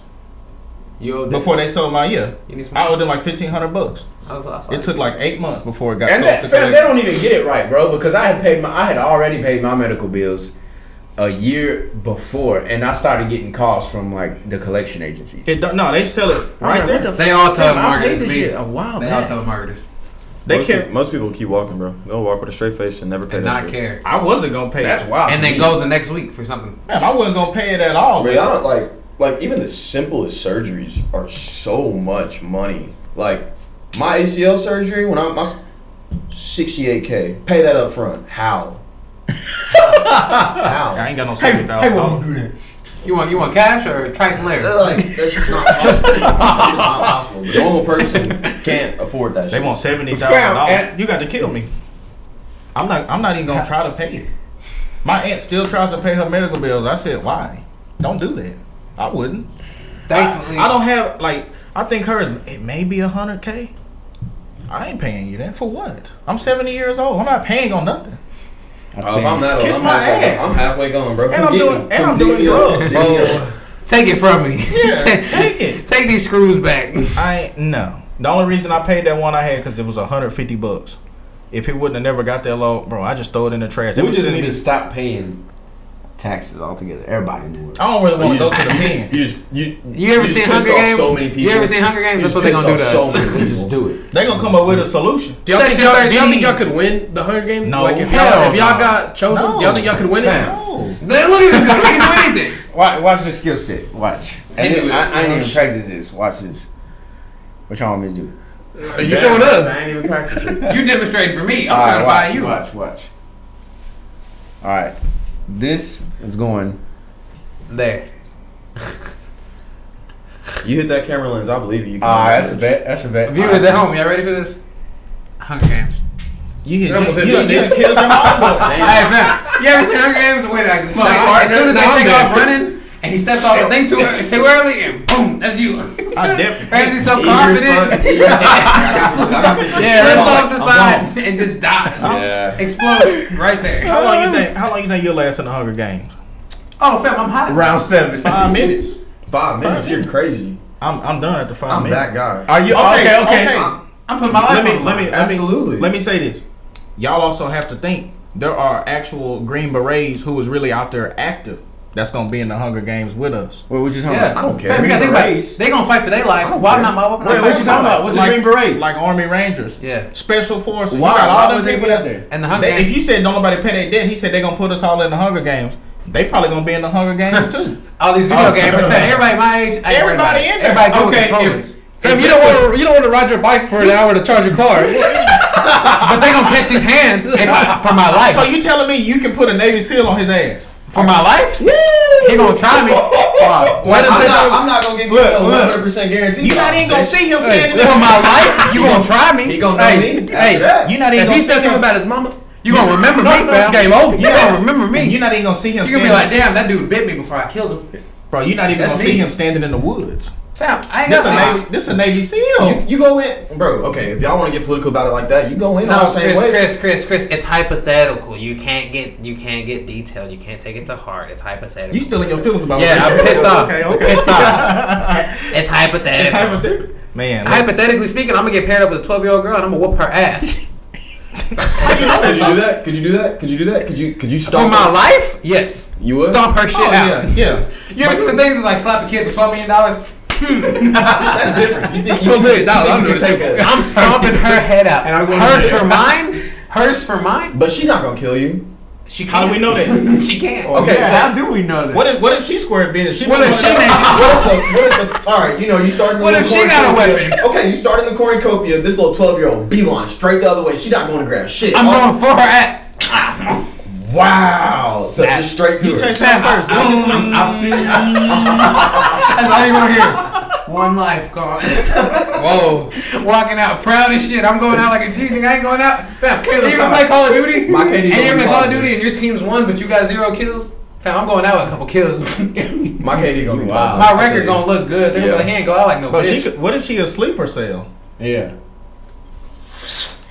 D: You owe
A: before they sold my year.
D: You need some.
A: I owed them like fifteen hundred bucks.
D: I was lost.
A: It took like eight months before it got
E: And
A: sold
E: that,
A: to
E: fam, they
A: collect-
E: don't even get it right, bro. Because I had paid my, I had already paid my medical bills a year before, and I started getting calls from like the collection agency.
A: It don't, no, they sell it
E: I'm
A: right
E: like,
A: there.
E: what the
D: They all
E: fam, I
D: telemarketers
E: paid this
D: be-
E: shit a while
I: They all
E: back.
I: telemarketers
A: They
B: most,
A: can't.
B: people, most people keep walking, bro. They'll walk with a straight face and never pay
I: and
B: that
I: not
B: shit.
I: care.
A: I wasn't gonna pay
E: That's
A: it.
E: wild.
D: and then go the next week for something.
A: Man, I wasn't gonna pay it at all.
B: But
A: man.
B: y'all don't like like even the simplest surgeries are so much money. Like my ACL surgery when I my sixty eight k pay that up front. How?
A: I
B: How?
A: ain't got no seventy thousand dollars.
D: You want you want cash or Triton layers?
B: That's like that's just not possible. That's just not possible. The normal person can't afford that.
A: They
B: shit.
A: want seventy thousand dollars.
E: and-
A: You got to kill me. I'm not. I'm not even gonna try to pay it. My aunt still tries to pay her medical bills. I said, why? Don't do that. I wouldn't.
D: Thankfully,
A: I don't have like. I think hers it may be a hundred k. I ain't paying you that for what? I'm seventy years old. I'm not paying on nothing.
B: Oh, if I'm that old,
A: Kiss
B: I'm
A: my
B: halfway
A: ass.
B: Gone. I'm halfway gone, bro.
A: And I'm doing. And I'm doing drugs.
D: take it from me. take,
A: Take it.
D: take these screws back.
A: I ain't- no. The only reason I paid that one I had because it was hundred fifty bucks. If it wouldn't have never got that low, bro, I just throw it in the trash. It
E: We
A: was
E: just
A: sitting
E: need to
A: there-
E: stop paying taxes altogether. Everybody in the world.
A: I don't really want to go to the pen.
B: You just you.
D: You ever
B: just
D: seen
B: pissed
D: Hunger
B: off
D: Games?
B: So many people.
D: You ever seen Hunger Games?
B: You
D: That's
B: just
D: what they gonna do to
B: pissed
D: us.
B: off So many
E: Just
B: people.
E: do it.
A: They gonna come up with a solution.
F: Do y'all, think
D: Section
F: y'all, do y'all
D: 13.
F: think y'all could win the Hunger Games?
A: No.
F: Like if
D: Hell
F: y'all, if
D: no.
F: y'all got chosen, do y'all think y'all could win it?
A: No.
D: Then look at this guy. He can do anything.
E: Watch, watch the skill set. Watch. And then, I, I ain't even practice this. Watch this. What y'all want me to do?
F: Are you showing us?
B: ain't even practicing.
D: You demonstrating for me. I'm
E: All
D: trying to
E: right,
D: buy you.
E: Watch, watch. All right, this is going there.
B: You hit that camera lens. I believe you. you. can
E: Ah,
B: do
E: that's a
B: it.
E: bet. That's a bet.
D: Viewers at home, y'all ready for this? Hunger Games.
A: You
F: That
A: hit
F: almost
A: Jim-
F: said
A: you done, you
F: nothing.
A: done killed your homeboy.
D: Hey man, you ever seen Hunger Games? Wait, like,
F: Well,
D: like, as soon as they
F: I'm
D: take
F: dead.
D: off running, and he steps off the thing too early, too early, and boom, that's you.
A: I definitely.
D: Crazy, so
B: Easier
D: confident,
B: response-
D: yeah,
F: Yeah,
D: slips
F: I'm
D: off the side and just dies.
B: Yeah.
D: Explodes right there.
A: How long you think? How long you think you'll last in the Hunger Games?
D: Oh, fam, I'm hot.
E: Round seven.
A: Five minutes.
B: Five minutes. You're crazy.
A: I'm I'm done after 5
B: I'm
A: minutes.
B: that guy.
E: Are you okay? Okay.
D: I'm putting my life
A: Let me
D: on.
A: let me let me
B: Absolutely.
A: let me say this. Y'all also have to think there are actual Green Berets who is really out there active. That's gonna be in the Hunger Games with us.
E: What what you talking
D: Yeah,
E: about?
D: Fam, you gotta think about it.
E: Berets.
D: They gonna fight for their life. Why
E: care.
D: not my? Why
E: Wait,
D: not
E: what you
D: my
E: talking about?
D: life?
E: What's a Green Beret?
A: Like Army Rangers,
D: Yeah.
A: special forces.
E: Why?
A: You got all
E: Why
A: them
E: would they
A: people
E: be
A: that's
E: there?
D: And the Hunger
A: They, if
D: Games.
A: you said don't nobody pay their debt, he said they gonna put us all in the Hunger Games. They probably gonna be in the Hunger Games too.
D: All these
E: Oh,
D: video gamers. fam, Everybody my age. I ain't worried about
A: Everybody
D: it.
A: in there.
D: Everybody good with
A: Okay, if-
D: controllers.
F: Fam, you don't want to you don't want to ride your bike for an hour to charge your car.
D: But they gonna catch these hands and my- for my life.
A: So you telling me you can put a Navy SEAL on his ass?
D: For my life? He gonna try me.
F: Why didn't
B: I'm
F: they
B: not,
F: tell-
B: I'm not gonna give you
A: Look,
B: a
A: look.
B: 100 percent guarantee.
A: You not even gonna see him standing
D: For
A: there.
D: my life? You gonna try
B: He
D: me?
B: gonna know
F: Hey,
B: me. After
F: hey,
B: that.
A: You not even
F: If
A: gonna
F: he
A: see
F: says
A: him.
F: something about his mama,
D: You gonna remember me,
F: no, it's
D: fam?
F: game over.
D: You gonna remember
A: You're
D: me?
A: not even gonna see him.
D: You gonna
A: standing,
D: be like, damn, that dude bit me before I killed him.
A: bro. You're not even
D: That's
A: gonna
D: me.
A: see him standing in the woods.
D: Fam, I ain't
A: This
D: got
A: a
D: time.
A: Navy. This a Navy SEAL.
B: You, you go in, bro. Okay, if y'all want to get political about it like that, you go in all
D: No,
B: the same
D: Chris,
B: way.
D: Chris, Chris, Chris. It's hypothetical. You can't get, you can't get detailed. You can't take it to heart. It's hypothetical.
A: You still in your feelings about
D: yeah,
A: that.
D: I'm pissed off.
A: Okay, okay.
D: Pissed off. It's hypothetical.
A: It's hypothetical. Man, listen.
D: Hypothetically speaking, I'm gonna get paired up with a 12 year old girl and I'm gonna whoop her ass.
B: Could you do that? Could you do that? Could you do that? Could you could you
H: For
B: stop
H: my
B: it?
H: life? Yes.
B: You would?
H: Stomp her shit
D: Oh,
H: out.
A: Yeah, yeah.
D: You ever seen the things that's like slap a kid for twelve million dollars?
B: That's different. You think
F: Twelve
B: you,
F: million dollars.
B: you
F: I'm
B: think you
F: doing
B: could take
F: it.
B: that?
H: I'm stomping her head out.
E: And I'm gonna-
H: Hers for mine? Hers for mine?
B: But she not gonna kill you.
H: She can't.
A: How do we know that?
H: She can't.
B: Okay, so
E: How do we know that?
A: What if what if she squared business? She
H: What if she
A: made
H: made
B: what if the, what if the, all right, you know, you start. in the
H: What if
B: little
H: she got a
B: cornucopia. Okay, you start in the cornucopia. This little twelve-year-old beeline straight the other way. She not going to grab shit.
G: I'm
B: All-
G: going for her ass.
B: Wow. So just straight to
A: You
B: her.
A: change that first.
E: I'm, I've seen.
D: That's all you want to hear. One life gone.
F: Whoa.
D: Walking out proud as shit. I'm going out like a G. Nigga, I ain't going out. Fam, you ever play Call of Duty?
B: My KD
D: and you
B: gonna
D: ever
B: be
D: play Call of
B: positive.
D: Duty and your team's won, but you got zero kills? Fam, I'm going out with a couple kills.
B: My KD gonna be
E: Wow.
D: My
B: positive.
D: record gonna look good. They're gonna be like, he ain't go out like no
A: But she
D: bitch.
A: could, what if she asleep herself?
B: Yeah.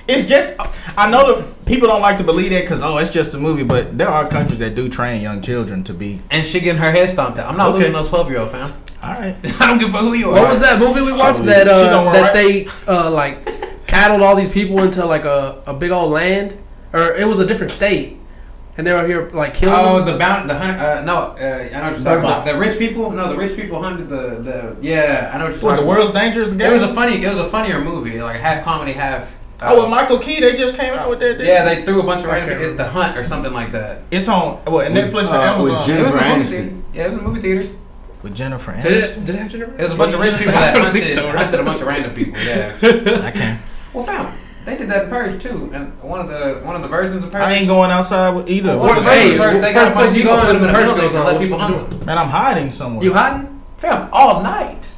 A: It's just I know that people don't like to believe that because oh it's just a movie, but there are countries that do train young children to be.
D: and she getting her head stomped out. I'm not
A: Okay.
D: losing no 12 year old, fam.
A: All right,
G: I don't give a fuck who you
F: What
G: are.
F: was that movie we watched
B: Something.
F: that
A: She
F: uh,
A: gonna
F: that they uh, like cattled all these people into like a, a big old land or it was a different state and they were here like killing
D: Oh,
F: them.
D: the bound, the hun- uh, no, uh, I know what you're talking about.
F: Box.
D: The rich people, no, the rich people hunted the the yeah. I know what you're
A: what
D: talking
A: the world's dangerous
D: about. It
A: game.
D: was a funny, it was a funnier movie, like half comedy, half. uh,
A: oh with Michael Key, they just came out with that. didn't
D: yeah, they threw a bunch of random.
F: can't
D: It's the hunt or something like that.
A: it's on what Netflix
E: uh,
A: and
E: with
A: Amazon
E: Jen-
D: It was in
E: Jennifer
D: movie
E: Aniston.
D: theaters. Yeah, it was in movie theaters.
A: with Jennifer
F: Did
A: Aniston.
F: it? Did it have Jennifer?
D: It was a bunch of rich people that hunted, hunted a bunch of random people. Yeah.
A: I can't.
D: Well, fam, they did that in Purge too, and one of the one of the versions of Purge.
A: I ain't going outside with either.
D: One of the
F: Hey,
D: versions of Purge, they
F: first
D: got a bunch
F: place
D: of
F: you
D: people
F: go
D: put
F: in
D: them in a
F: Purge
D: building
F: goes
D: and
F: on,
D: let
F: what
D: people
F: you
D: hunt
F: doing?
D: them.
A: Man, I'm hiding somewhere.
F: You hiding?
D: Fam, all night.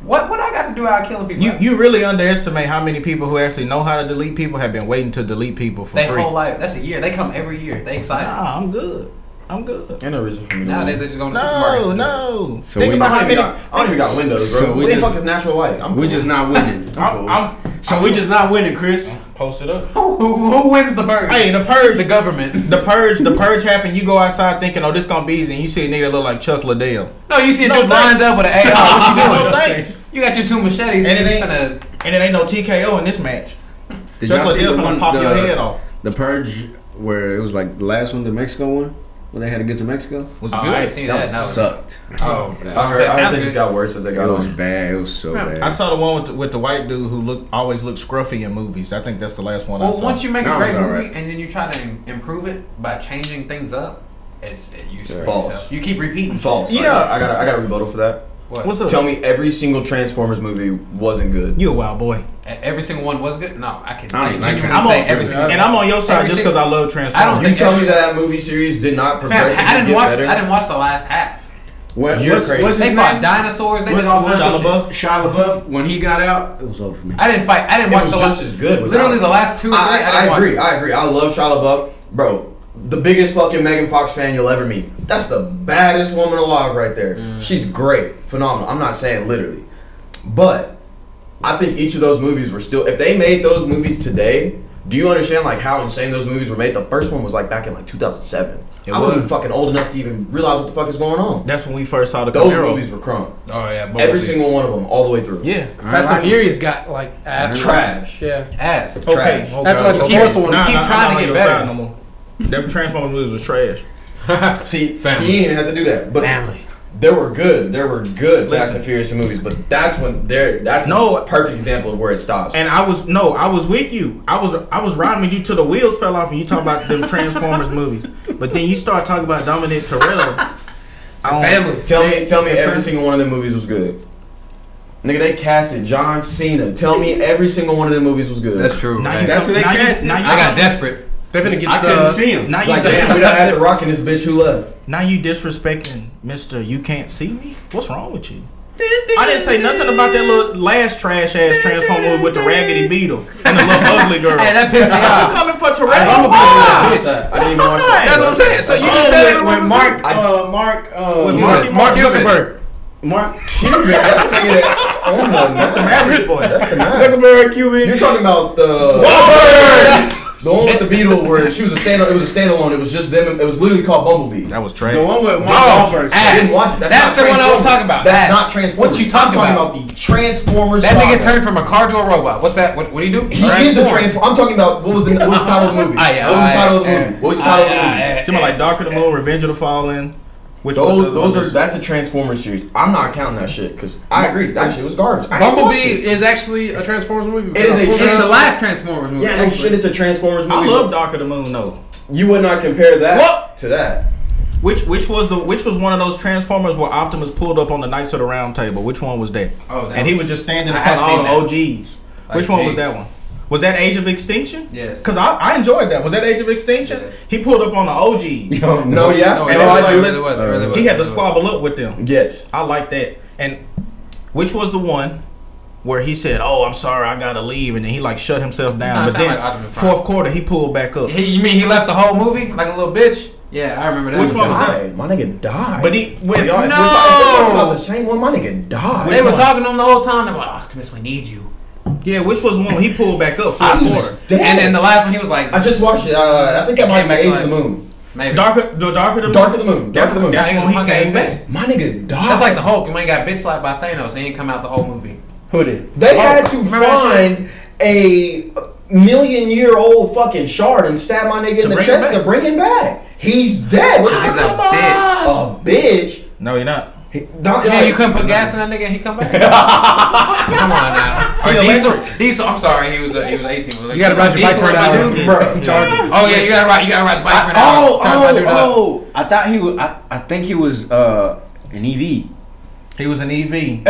D: What what I got to do out killing people?
A: You you really underestimate how many people who actually know how to delete people have been waiting to delete people for
D: They
A: free.
D: whole life. That's a year. They come every year. They excited.
A: Nah, I'm good. I'm good.
B: And a reason for me. to
D: Nowadays
B: win.
D: they just go to supermarkets.
A: No,
D: and
A: no.
E: So
A: think
E: we-
A: about
B: I
A: how
B: don't even
A: many.
B: got, I don't even got windows, bro.
E: So we
B: what the
E: just-
B: fuck is natural light? I'm
E: We
B: cool.
E: just not winning. I'm
A: I'm,
E: cool.
A: I'm
E: so we just not winning, Chris.
A: posted up.
D: do it. Who, who, who wins the purge?
A: Hey, the purge.
D: the
A: The,
D: government.
A: purge. The purge happened. You go outside thinking, oh, this gonna be easy, and you see a nigga that look like Chuck Liddell.
D: No, you see a
A: No,
D: dude
A: thanks.
D: lined up with an AR. What
A: No,
D: you doing?
A: thanks.
D: You got your two machetes.
A: And
D: And
A: it
D: you
A: ain't-
D: finna
A: And it ain't no TKO in this match.
E: Did
A: Chuck
E: y'all see
A: Liddell
E: the
A: gonna
E: one
A: pop
E: the,
A: your head off.
E: the purge where it was like the last one, the Mexico one, when they had to get to Mexico?
A: Was
D: Oh,
A: good.
D: I ain't seen
E: That
D: that.
E: one
D: no.
E: sucked.
D: Oh,
B: I heard. I heard
D: Sounds
B: they just
D: good.
B: got worse as they
E: It
B: got
E: was
B: on.
E: bad. It was so bad.
A: I saw the one with the, with the white dude who looked always looked scruffy in movies. I think that's the last one I
D: Well,
A: saw.
D: once you make
E: That
D: a great
E: was
D: movie
E: alright.
D: and then you try to im- improve it by changing things up, it's it, you screw
B: False.
D: yourself. You keep repeating.
B: False. I
A: Yeah.
B: got, I got. I got a rebuttal for that.
D: What?
A: What's up?
B: Tell me every single Transformers movie wasn't good.
A: you a wild boy.
D: E- Every single one was good. No, I can.
E: I
D: I,
E: don't like
D: genuinely
E: that.
A: I'm
D: say
A: on
D: every single.
A: and I'm on your side
D: every
A: just
D: single-
A: because I love Transformers.
D: I don't
B: You
D: think
B: tell
D: every-
B: me that that movie series did not
D: Fam,
B: progress.
D: I didn't
B: get
D: watch.
B: Better.
D: I didn't watch the last half.
E: What,
B: You're
E: what's,
B: crazy.
E: what's his
D: They fought
E: name?
D: dinosaurs. They
E: What's-
D: did all
E: what's
D: kinds of
A: Shia
D: shit.
A: LaBeouf?
E: Shia LaBeouf, when he got out, it was over for me.
D: I didn't fight. I didn't
B: It
D: watch
B: was
D: the
B: just
D: last.
B: as good. without
D: Literally
B: it.
D: the last two. Or three, I,
B: I, I,
D: didn't
B: I
D: watch
B: agree.
D: it.
B: I agree. I love Shia LaBeouf, bro. The biggest fucking Megan Fox fan you'll ever meet. That's the baddest woman alive, right there. She's great, phenomenal. I'm not saying literally, but I think each of those movies were still. If they made those movies today, do you understand like how insane those movies were made? The first one was like back in like 2007.
A: It
B: I wasn't
A: was.
B: fucking old enough to even realize what the fuck is going on.
A: That's when we first saw the
B: Those
A: Camaro.
B: movies were crumb.
D: Oh yeah, both
B: Every
D: of them.
B: single one of them, all the way through.
A: Yeah.
F: Fast and Furious got like ass.
B: Trash.
F: Yeah.
D: ass.
A: Okay.
B: Trash.
A: Oh,
F: That's
A: God.
F: like the
A: Okay.
F: fourth one.
A: Nah,
D: Keep
A: nah, I'm
D: trying
A: not
D: to
A: on
D: get
A: your
D: better.
A: side No more. Them Transformers movies was trash.
B: See,
D: Family.
B: see, you didn't have to do that. But
D: Family.
B: there were good, there were good Fast
A: Listen.
B: and Furious movies, but that's when there, that's
A: No.
B: a perfect example of where it stops.
A: And I was no, I was with you. I was I was riding with you till the wheels fell off, and you talking about them Transformers movies. But then you start talking about Dominic Toretto. Um, I don't-
F: Family.
B: tell me, tell me,
A: the
B: every
A: fam-
B: single one of the movies was good. Nigga, they casted John Cena. Tell me, every single one of the movies was good.
G: That's true.
A: Now
G: man.
A: you
E: That's
A: come-
E: who they
A: now you-
E: cast.
A: now you-
G: I got desperate.
F: They're gonna get
E: I
F: the.
E: couldn't see him.
A: Now
B: It's
A: you,
B: like, damn, we done had it rocking this bitch who left.
A: now you disrespecting Mister. You can't see me. What's wrong with you? I didn't say nothing about that little last trash ass Transformer with the raggedy beetle and the little ugly girl.
D: Hey, that pissed me
A: you
D: off.
A: coming for
B: I
A: Toretto?
B: didn't even
A: Why?
B: watch that. I didn't even watch that.
D: That's what I'm saying. So you
B: Oh,
D: just said
B: when-
D: everyone
B: when
D: was
B: Mark,
D: good.
B: uh, Mark, uh,
A: With Marky
B: Mark,
A: Mark
D: Cuban.
B: Zuckerberg, Mark Cuban. Oh That's the nigga that owned them. That's the Maverick boy. That's the Maverick.
E: Zuckerberg, Cuban.
B: You're talking about the.
E: Wahlberg!
B: The one with the beetle where she was a stand it was a standalone. It was just them. It was literally called Bumblebee.
A: That was
B: The
A: trash.
B: one with Mark
H: Dog, ass.
B: Wahlberg. I didn't watch it. That's,
H: That's
B: not
H: the one I was
B: Transformers.
H: talking about.
B: That's
H: Ass.
B: not Transformers.
H: What you
B: I'm
H: talking about?
B: the Transformers.
H: That nigga
B: saga.
H: turned from a car to a robot. What's that? What, what do you do?
B: He is a transform. I'm talking about what was the what was the title of the movie?
H: Ah, yeah,
B: what was the title of the
H: ah,
B: movie?
H: ah,
B: What was the title of
H: ah,
B: the movie?
H: ah,
A: Talking about like Darker the Moon, Revenge of the Fallen. Which was the
B: Those,
A: other
B: those
A: one?
B: are that's a Transformers series. I'm not counting that shit because I agree that shit was garbage. I didn't
F: Bumblebee
B: watch it.
F: is actually a Transformers movie.
B: It is a
F: Transformers-
D: It's the last Transformers movie.
B: Yeah, no shit. It's a Transformers movie.
A: I love
B: but
A: Darker the Moon though.
B: You would not compare that to that.
A: Which which was the which was one of those Transformers where Optimus pulled up on the Knights of the Round Table? Which one was that?
D: Oh, that
A: and he was just standing in
D: I
A: front of
D: haven't
A: all the OGs. which one
D: gee.
A: was that one? Was that Age of Extinction?
D: Yes.
A: Because I, I enjoyed that. Was that Age of Extinction?
D: Yes.
A: He pulled up on the OGs.
E: Yo,
B: No, Oh, yeah,
D: No,
B: no,
D: Oh, it
A: and
B: I
A: like,
B: do.
A: let's-
D: really was. It really was.
A: He had to
D: It was.
A: squabble up with them.
B: Yes.
A: I like that. And which was the one where he said, "Oh, I'm sorry, I gotta leave," and then he like shut himself down. but
D: Kinda sound
A: then
D: like Optimus Prime.
A: fourth quarter, he pulled back up.
D: He, you mean he left the whole movie like a little bitch? Yeah, I remember that.
A: Which one was that?
B: Died. My nigga died.
A: But he when,
B: Y'all- if we're talking- if we're talking about the same one. My nigga died.
D: They were
A: one?
D: talking to him the whole time. They were like, Optimus, we need you.
A: yeah, which was the one where he pulled back up
B: I
A: fourth quarter?
B: was dead.
D: And then the last one, he was like,
B: I just watched it. Uh, I think that
D: It
B: might
D: came
B: be
D: back
B: Age
D: to
B: of the
D: life.
B: Moon.
D: maybe.
A: Darker, the darker the
B: Dark of the Moon. Dark of the Moon.
A: That's
D: Yeah,
A: when
D: he
A: he
D: was
A: came
D: punk ass
A: back.
B: My nigga died.
D: That's like the Hulk. When he got bitch slapped by Thanos, and he didn't come out the whole movie.
E: Who did?
B: They had to
D: Remember that
B: find a million year old fucking shard and stab my nigga in the
A: bring
B: chest
A: him back.
B: to bring him back. He's dead. What
D: He's
B: the
D: a
B: fuck?
D: bitch.
B: A bitch.
A: No, you're not.
B: He- Don-
D: Yeah,
B: like-
D: you couldn't put gas in that nigga, and he come back. come on now. Or
A: He
D: Diesel. Diesel. I'm sorry, he was uh, he was 18. Was
F: You gotta ride your bike for an hour.
B: Bruh.
D: Oh yeah, you gotta ride. You gotta ride the bike for an hour.
E: Oh,
D: Turn my
E: oh,
D: dude up.
E: oh! I thought he was. I, I think he was uh an EV.
A: He was an EV. he,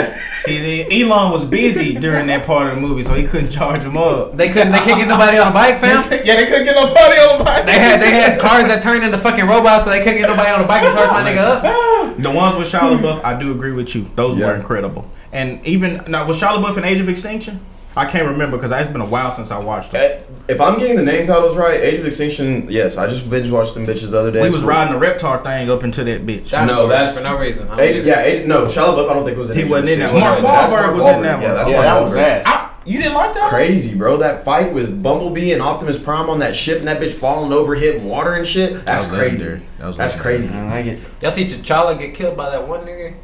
A: he- Elon was busy during that part of the movie, so he couldn't charge him up.
D: They couldn't. They can't get nobody on a bike, fam.
A: yeah, they couldn't get no party on the bike.
D: They had they had cars that turned into fucking robots, but they couldn't get nobody on a bike to charge my nigga up.
A: The ones with Shia LaBeouf, I do agree with you. Those were
E: Yeah.
A: incredible. And even now with Shia LaBeouf in Age of Extinction, I can't remember because it's been a while since I watched it.
B: Eh, If I'm getting the name titles right, Age of Extinction. Yes, I just binge watched some bitches the other day.
A: We was riding a reptar thing up into that bitch.
B: No, that's-
D: for no reason. I don't get
B: Age,
D: it.
B: yeah, Age, no, Shia LaBeouf. I don't think was.
A: He
B: Age of
A: wasn't in that
B: Extinction.
A: one. Mark
B: That's
A: Wahlberg was in that one.
B: Yeah, that's
E: Yeah,
B: Mark
E: that was
B: Wahlberg.
E: ass.
A: you didn't like that?
B: Crazy, bro. That fight with Bumblebee and Optimus Prime on that ship and that bitch falling over, hitting water and shit. That's
A: was legendary.
B: crazy.
A: That was
B: That's
A: legendary.
B: crazy.
E: I like it.
D: Y'all see T'Challa get killed by that one nigga?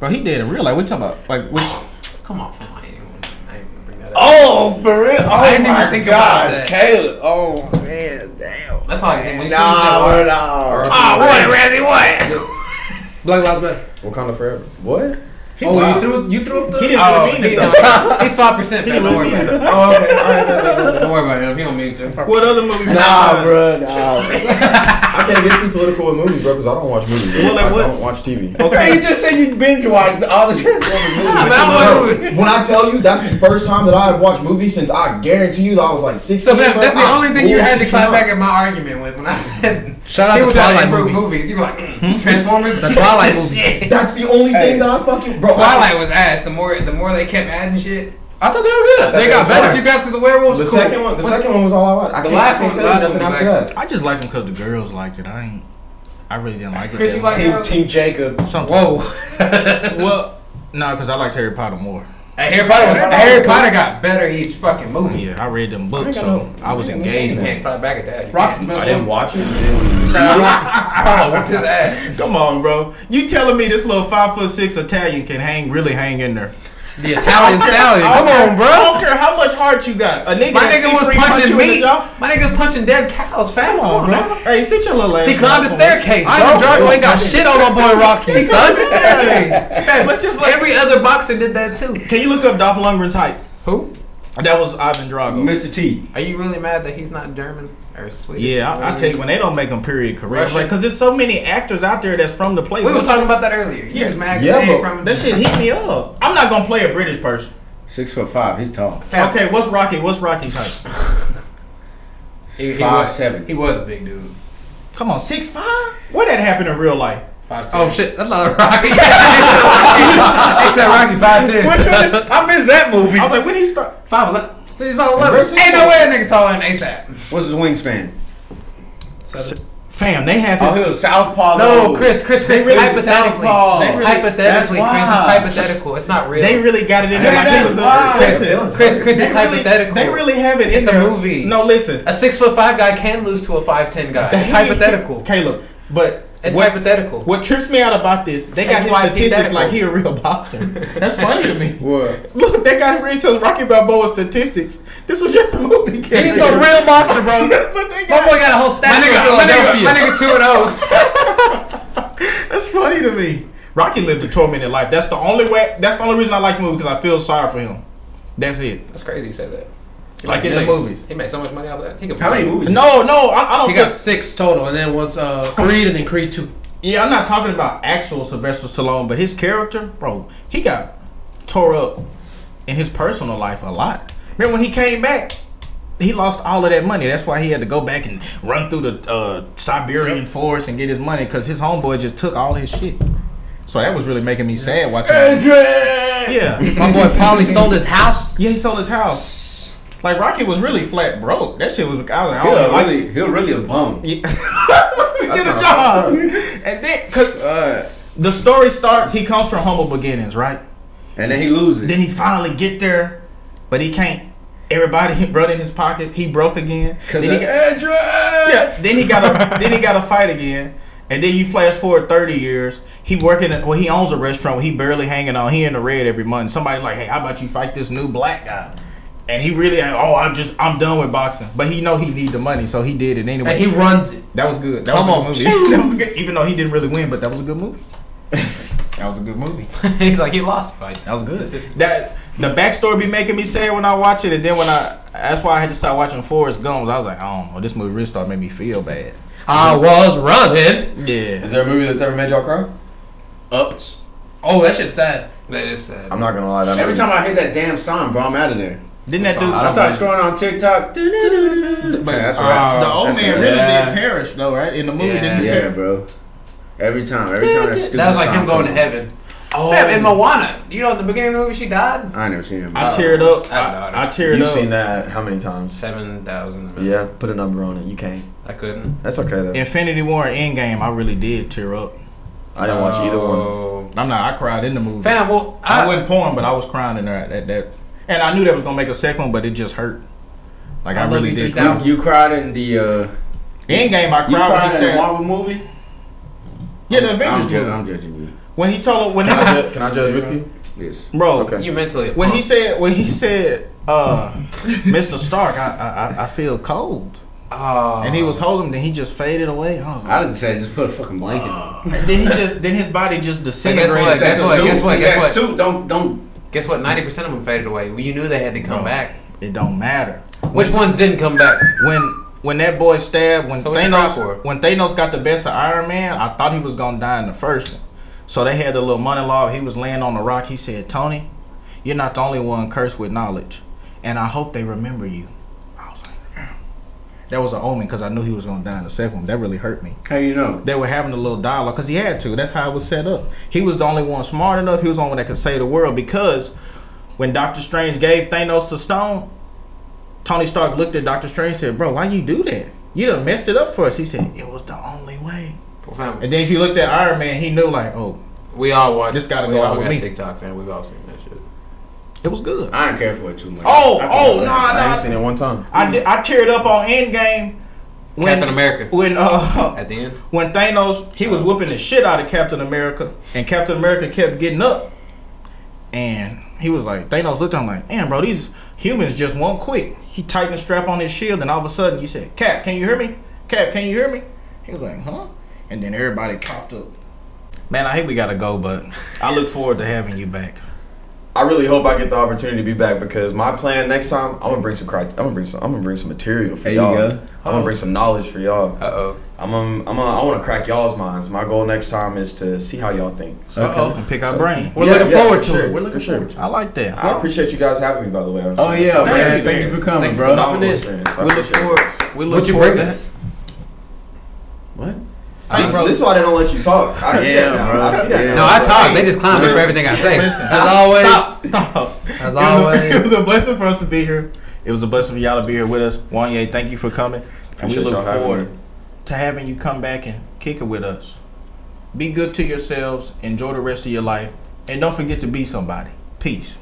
A: Bro, he did in real life. What you talking about? Like, which,
D: Come on, fam. I ain't even- I ain't even bring that up.
E: Oh, for real? Oh
D: I didn't even think about that.
E: Caleb. Oh man, damn.
D: That's all I can think. When you
E: Nah,
D: see
E: we're
D: that,
E: not.
D: what, Randy? What?
F: Black Lives Matter.
B: Wakanda forever. What?
A: he,
F: Oh,
A: wow.
F: you threw you threw up
A: he
F: the.
A: didn't
D: Oh,
A: really mean
D: he
A: it though.
D: don't- he's five percent.
A: He didn't
D: Don't worry
A: really mean it
D: about it.
A: though.
B: Oh, okay. All right, no, no, no, no.
D: Don't worry about him. He don't mean to.
A: What other movie? franchise?
E: Nah, bro. Nah.
B: I can't get too political with movies, bro, because I don't watch movies. Bro.
A: Well, like
B: I
A: what?
B: don't watch TV.
A: Okay.
E: You just said you binge watched all the Transformers movies.
B: Bro, when I tell you that's the first time that I have watched movies since I guarantee you that I was like six.
D: So fam, that's the only thing you had to clap back at my argument with when I said
F: Shout out
D: people
F: to
D: try
F: Twilight
D: improve
F: movies.
D: You were like
E: Hmm?
D: mm, Transformers.
F: The Twilight movies.
D: Shit.
B: That's the only thing that I fucking bro.
D: Twilight was ass. The more the more they kept adding shit.
F: I thought they were good. They got
D: Once
F: better.
D: you got to the werewolves,
B: the
D: cool.
B: second one, the second one was all I watched. I
D: The
B: can't-
D: last
B: I
D: one-
B: can't tell
D: the
B: you
D: last
B: nothing
D: one was
B: after that.
A: I just liked him because the girls liked it. I ain't. I really didn't like it.
D: Chris, you like
E: Team,
D: werewolves?
E: Team Jacob.
A: Something.
F: Whoa.
A: Well, no, because I liked Harry Potter more.
D: Hey, Harry Potter, was,
B: Harry Potter
D: Harry
B: was cool.
D: Potter got better each fucking movie.
A: Yeah, I read them
B: I
A: books,
B: got
A: so
B: no-
A: I was
B: I ain't
A: engaged.
D: You
B: saying
A: with
D: can't clap back at that. You
F: Rock's the
D: can't.
F: best
B: I
F: one.
B: didn't watch it.
F: Shout out Rock.
D: I'll whoop his ass.
A: it. Come on, bro. You telling me this little five foot six Italian can hang really hang in there?
F: The Italian stallion.
A: I
F: Come
A: don't care-
F: on,
A: I
F: bro.
A: don't care how much heart you got. A nigga,
D: My
A: that
D: nigga was
A: 6'3" punch
D: punching
A: you in the
D: meat.
A: jaw?
D: My nigga was punching dead cows. Fam,
A: Come on, bro. Hey, sit your little ass.
D: He climbed the
A: down.
D: staircase.
F: I
D: bro.
F: ain't Drago ain't got shit on my boy Rocky, son.
D: climbed the staircase. Fam,
A: Let's just let-
D: every other boxer did that too.
A: Can you look up Dolph Lundgren's height?
D: Who?
A: That was Ivan Drago.
E: Mr. T.
D: Are you really mad that he's not German or Swedish?
A: Yeah, I, I tell you when they don't make them period correct,
D: Russian.
A: like because there's so many actors out there that's from the place.
D: We was talking about that earlier. You was mad 'cause
B: Yeah,
D: they ain't
B: but
D: from
A: that shit hit me up. I'm not gonna play a British person.
E: Six foot five. He's tall.
D: Fam,
A: Okay, what's Rocky? What's Rocky's height?
D: He, he
E: Five
D: was,
E: seven.
D: He was a big dude.
A: Come on, six five? Where that happened in real life?
D: Five ten.
F: Oh shit, that's not a Rocky.
D: they said Rocky five ten.
E: I missed that movie.
A: I was like, when he start?
D: Five eleven.
F: See, he's about eleven.
D: Ain't no way a nigga taller than ASAP.
E: What's his wingspan?
A: Fam, they have his.
E: Oh, Southpaw.
F: No,
E: though.
F: Chris, Chris, Chris.
E: Really,
D: hypothetically,
E: Southpaw.
A: they really-
D: That's
F: hypothetically,
D: Chris, it's
E: wild.
D: hypothetical. It's not real.
A: They really got it in there. Like,
E: That's
A: this is a,
E: wild.
A: listen,
D: Chris, Chris,
A: they
D: it's
A: really-
D: hypothetical.
A: They really have it in
D: It's a
A: there.
D: movie.
A: No, listen.
D: a six foot five guy can lose to a five ten guy. It's
A: Dang,
D: hypothetical.
A: Caleb, but
D: It's
A: what,
D: hypothetical.
A: what trips me out about this, they
D: That's
A: got his
D: why
A: statistics
D: hypothetical.
A: like he a real boxer. That's funny to me.
B: What?
A: Look, they got recent Rocky Balboa statistics. This was just a movie.
F: He's a real boxer, bro. My
A: but they got,
F: boy got a whole statue in Philadelphia.
D: My nigga two and oh.
A: That's funny to me. Rocky lived a tormented life. That's the only way. That's the only reason I like the movie because I feel sorry for him. That's it.
D: That's crazy you said that.
A: Like in the
D: Millions.
A: movies.
D: He made so much money off that. He could
E: How many movies?
A: No, no, I, I don't.
F: He
A: feel-
F: got six total, and then once uh, Creed, and then Creed two.
A: yeah, I'm not talking about actual Sylvester Stallone, but his character, bro, he got tore up in his personal life a lot. Remember when he came back? He lost all of that money. That's why he had to go back and run through the uh, Siberian forest and get his money because his homeboy just took all his shit. So that was really making me sad watching. that. Yeah.
F: My boy probably sold his house.
A: Yeah, he sold his house. Like Rocky was really flat broke. That shit was. I was like, I
E: He'll
A: don't even like.
E: really, he'll really a bum.
A: Yeah. Get a job, and then because
E: Alright.
A: the story starts, he comes from humble beginnings, right?
E: And then he loses.
A: Then he finally get there, but he can't. Everybody he brought in his pockets. He broke again. Then
E: Cause
A: he,
E: of
A: got, yeah, then he got a then he got a fight again. And then you flash forward thirty years. He working at well, he owns a restaurant. He barely hanging on. He in the red every month. Somebody like, hey, how about you fight this new black guy? And he really, like, oh, I'm just, I'm done with boxing. But he know he need the money, so he did it anyway.
F: And he runs it.
A: That was good. That
F: Come
A: was a good
F: on.
A: movie. that was a good, even though he didn't really win, but that was a good movie. that was a good movie.
H: He's like, he lost fights.
A: That was good. That the backstory be making me sad when I watch it, and then when I that's why I had to start watching Forrest Gump. I was like, oh, well, this movie really started making me feel bad.
F: I was running.
A: Yeah.
B: Is there a movie that's ever made y'all cry?
E: ups.
F: Oh, that shit's sad.
D: That is sad.
B: I'm not gonna lie. That
E: Every
B: movie's-
E: time I hear that damn song, bro, I'm out of there.
A: Didn't that
B: I
E: I
A: dude?
B: don't
E: start
B: like-
E: scrolling on TikTok. Yeah,
A: But,
E: that's
A: uh,
E: right.
A: the old
E: That's
A: man
E: right.
A: really
E: Yeah.
A: did perish though, right? In the movie,
D: Yeah.
A: didn't he?
E: Yeah, bro. Every time, every time that stupid
D: That was like
E: song
D: him going to
E: come
D: heaven.
A: Oh,
D: Fam, in Moana, you know, at the beginning of the movie, she died.
E: on. I ain't never seen him.
A: I teared up.
H: I-
A: I, I teared
B: You've
A: up.
B: seen that how many times?
H: Seven thousand.
B: Yeah, put a number on it. You can't.
H: I couldn't.
B: That's okay though.
A: Infinity War and Endgame, I really did tear up.
B: I didn't watch either one.
H: Oh.
A: I'm not. I cried in the movie.
D: Fam, well,
A: Um, I,
D: I,
A: wasn't pouring, but I was crying in there. That, that, and I knew that was gonna make a second one, but it just hurt. Like I,
F: I love
A: really
F: you
A: did.
F: three
A: End
F: thousand.
E: You cried in the. uh
A: game, I cried
E: You
A: when he
E: cried in the
A: stared.
E: Marvel movie.
A: Yeah, the
E: I'm,
A: Avengers
E: ju-
A: movie.
E: I'm judging you.
A: When he told him, when
B: Can I,
A: he,
B: ju- can I judge with you?
E: Yes.
A: bro,
B: Okay.
D: you mentally.
A: when he said, when he said, uh, Mr. Stark, I, I, I- I feel cold,
D: Oh.
A: and he was holding him, then he just faded away. I was like,
E: I just said just put a fucking blanket on.
A: and then he just, then his body just disintegrated.
D: what, guess
E: That
D: what,
E: suit-
D: guess what, guess
E: that
D: what?
E: suit don't don't.
D: Guess what? Ninety percent of them faded away. Well, you knew they had to come
A: No.
D: back.
A: It don't matter.
D: Which ones didn't come back?
A: when when that boy stabbed when
D: So what you cry for?
A: Thanos when Thanos got the best of Iron Man, I thought he was gonna die in the first one. So they had the little monologue. He was laying on the rock. He said, "Tony, you're not the only one cursed with knowledge, and I hope they remember you." I was like, "Damn." that was an omen because I knew he was gonna die in the second one. That really hurt me.
E: How you know?
A: They were having a little dialogue because he had to. That's how it was set up. He was the only one smart enough. He was the only one that could save the world because when Doctor Strange gave Thanos the stone, Tony Stark looked at Doctor Strange and said, Bro, why you do that? You done messed it up for us. He said, It was the only way.
D: Well, fam,
A: And then if you looked at Iron Man, he knew, like, oh,
D: we all watched.
A: Just gotta
D: we
A: go
D: all
A: out with
D: got
A: me.
D: TikTok, man. We've all seen that shit.
A: it was good.
E: I don't care for it too much.
A: Oh,
E: I can
A: oh,
E: go
A: nah,
E: out.
B: I
A: nah.
B: ain't seen it one time.
A: I, did, I teared up on Endgame when,
D: Captain America.
A: when uh,
D: At the end,
A: when Thanos he
B: Oh.
A: was whooping the shit out of Captain America, and Captain America kept getting up, and he was like, Thanos looked at him like, "Damn, bro, these humans just won't quit." He tightened the strap on his shield, and all of a sudden, you said, "Cap, can you hear me? Cap, can you hear me?" He was like, "Huh?" And then everybody popped up. Man, I hate we gotta go, but I look forward to having you back.
B: I really hope I get the opportunity to be back because my plan next time I'm gonna bring some cri- I'm gonna bring some I'm gonna bring some material for
E: There you
B: y'all.
E: go.
B: I'm gonna bring some knowledge for y'all.
D: uh oh,
B: I'm um, I'm gonna, I want to crack y'all's minds. My goal next time is to see how y'all think. So,
F: Uh oh.
A: And pick our brain.
F: We're
B: Yeah,
F: looking
B: yeah,
F: forward
B: for
F: to
B: sure,
F: it. We're
B: for
F: looking
B: sure.
F: forward to it.
A: I like that.
B: I appreciate you guys having me, by the way.
E: Oh yeah, man. Thank you for coming,
F: Thank you
E: bro.
F: for
B: Phenomenal
F: coming in.
B: experience. I
A: we look
B: appreciate it.
A: forward. We look
B: What you
A: forward
B: bring
A: to-
B: us? What?
A: Hey,
B: This,
A: bro.
B: this is why they don't let you talk. I see
E: Yeah,
B: that now.
E: bro.
B: I see that
E: Yeah.
H: No,
B: now.
H: I talk. They
A: Hey,
H: just clown me for
A: listen,
H: everything I say.
A: listen.
F: As always,
A: Stop. Stop.
F: as
A: It was a-
F: always.
A: It was a blessing for us to be here. It was a blessing for y'all to be here with us. Wanye, thank you for coming. And we
B: Appreciate
A: look
B: y'all having
A: forward
B: me.
A: to having you come back and kick it with us. Be good to yourselves. Enjoy the rest of your life. And don't forget to be somebody. Peace.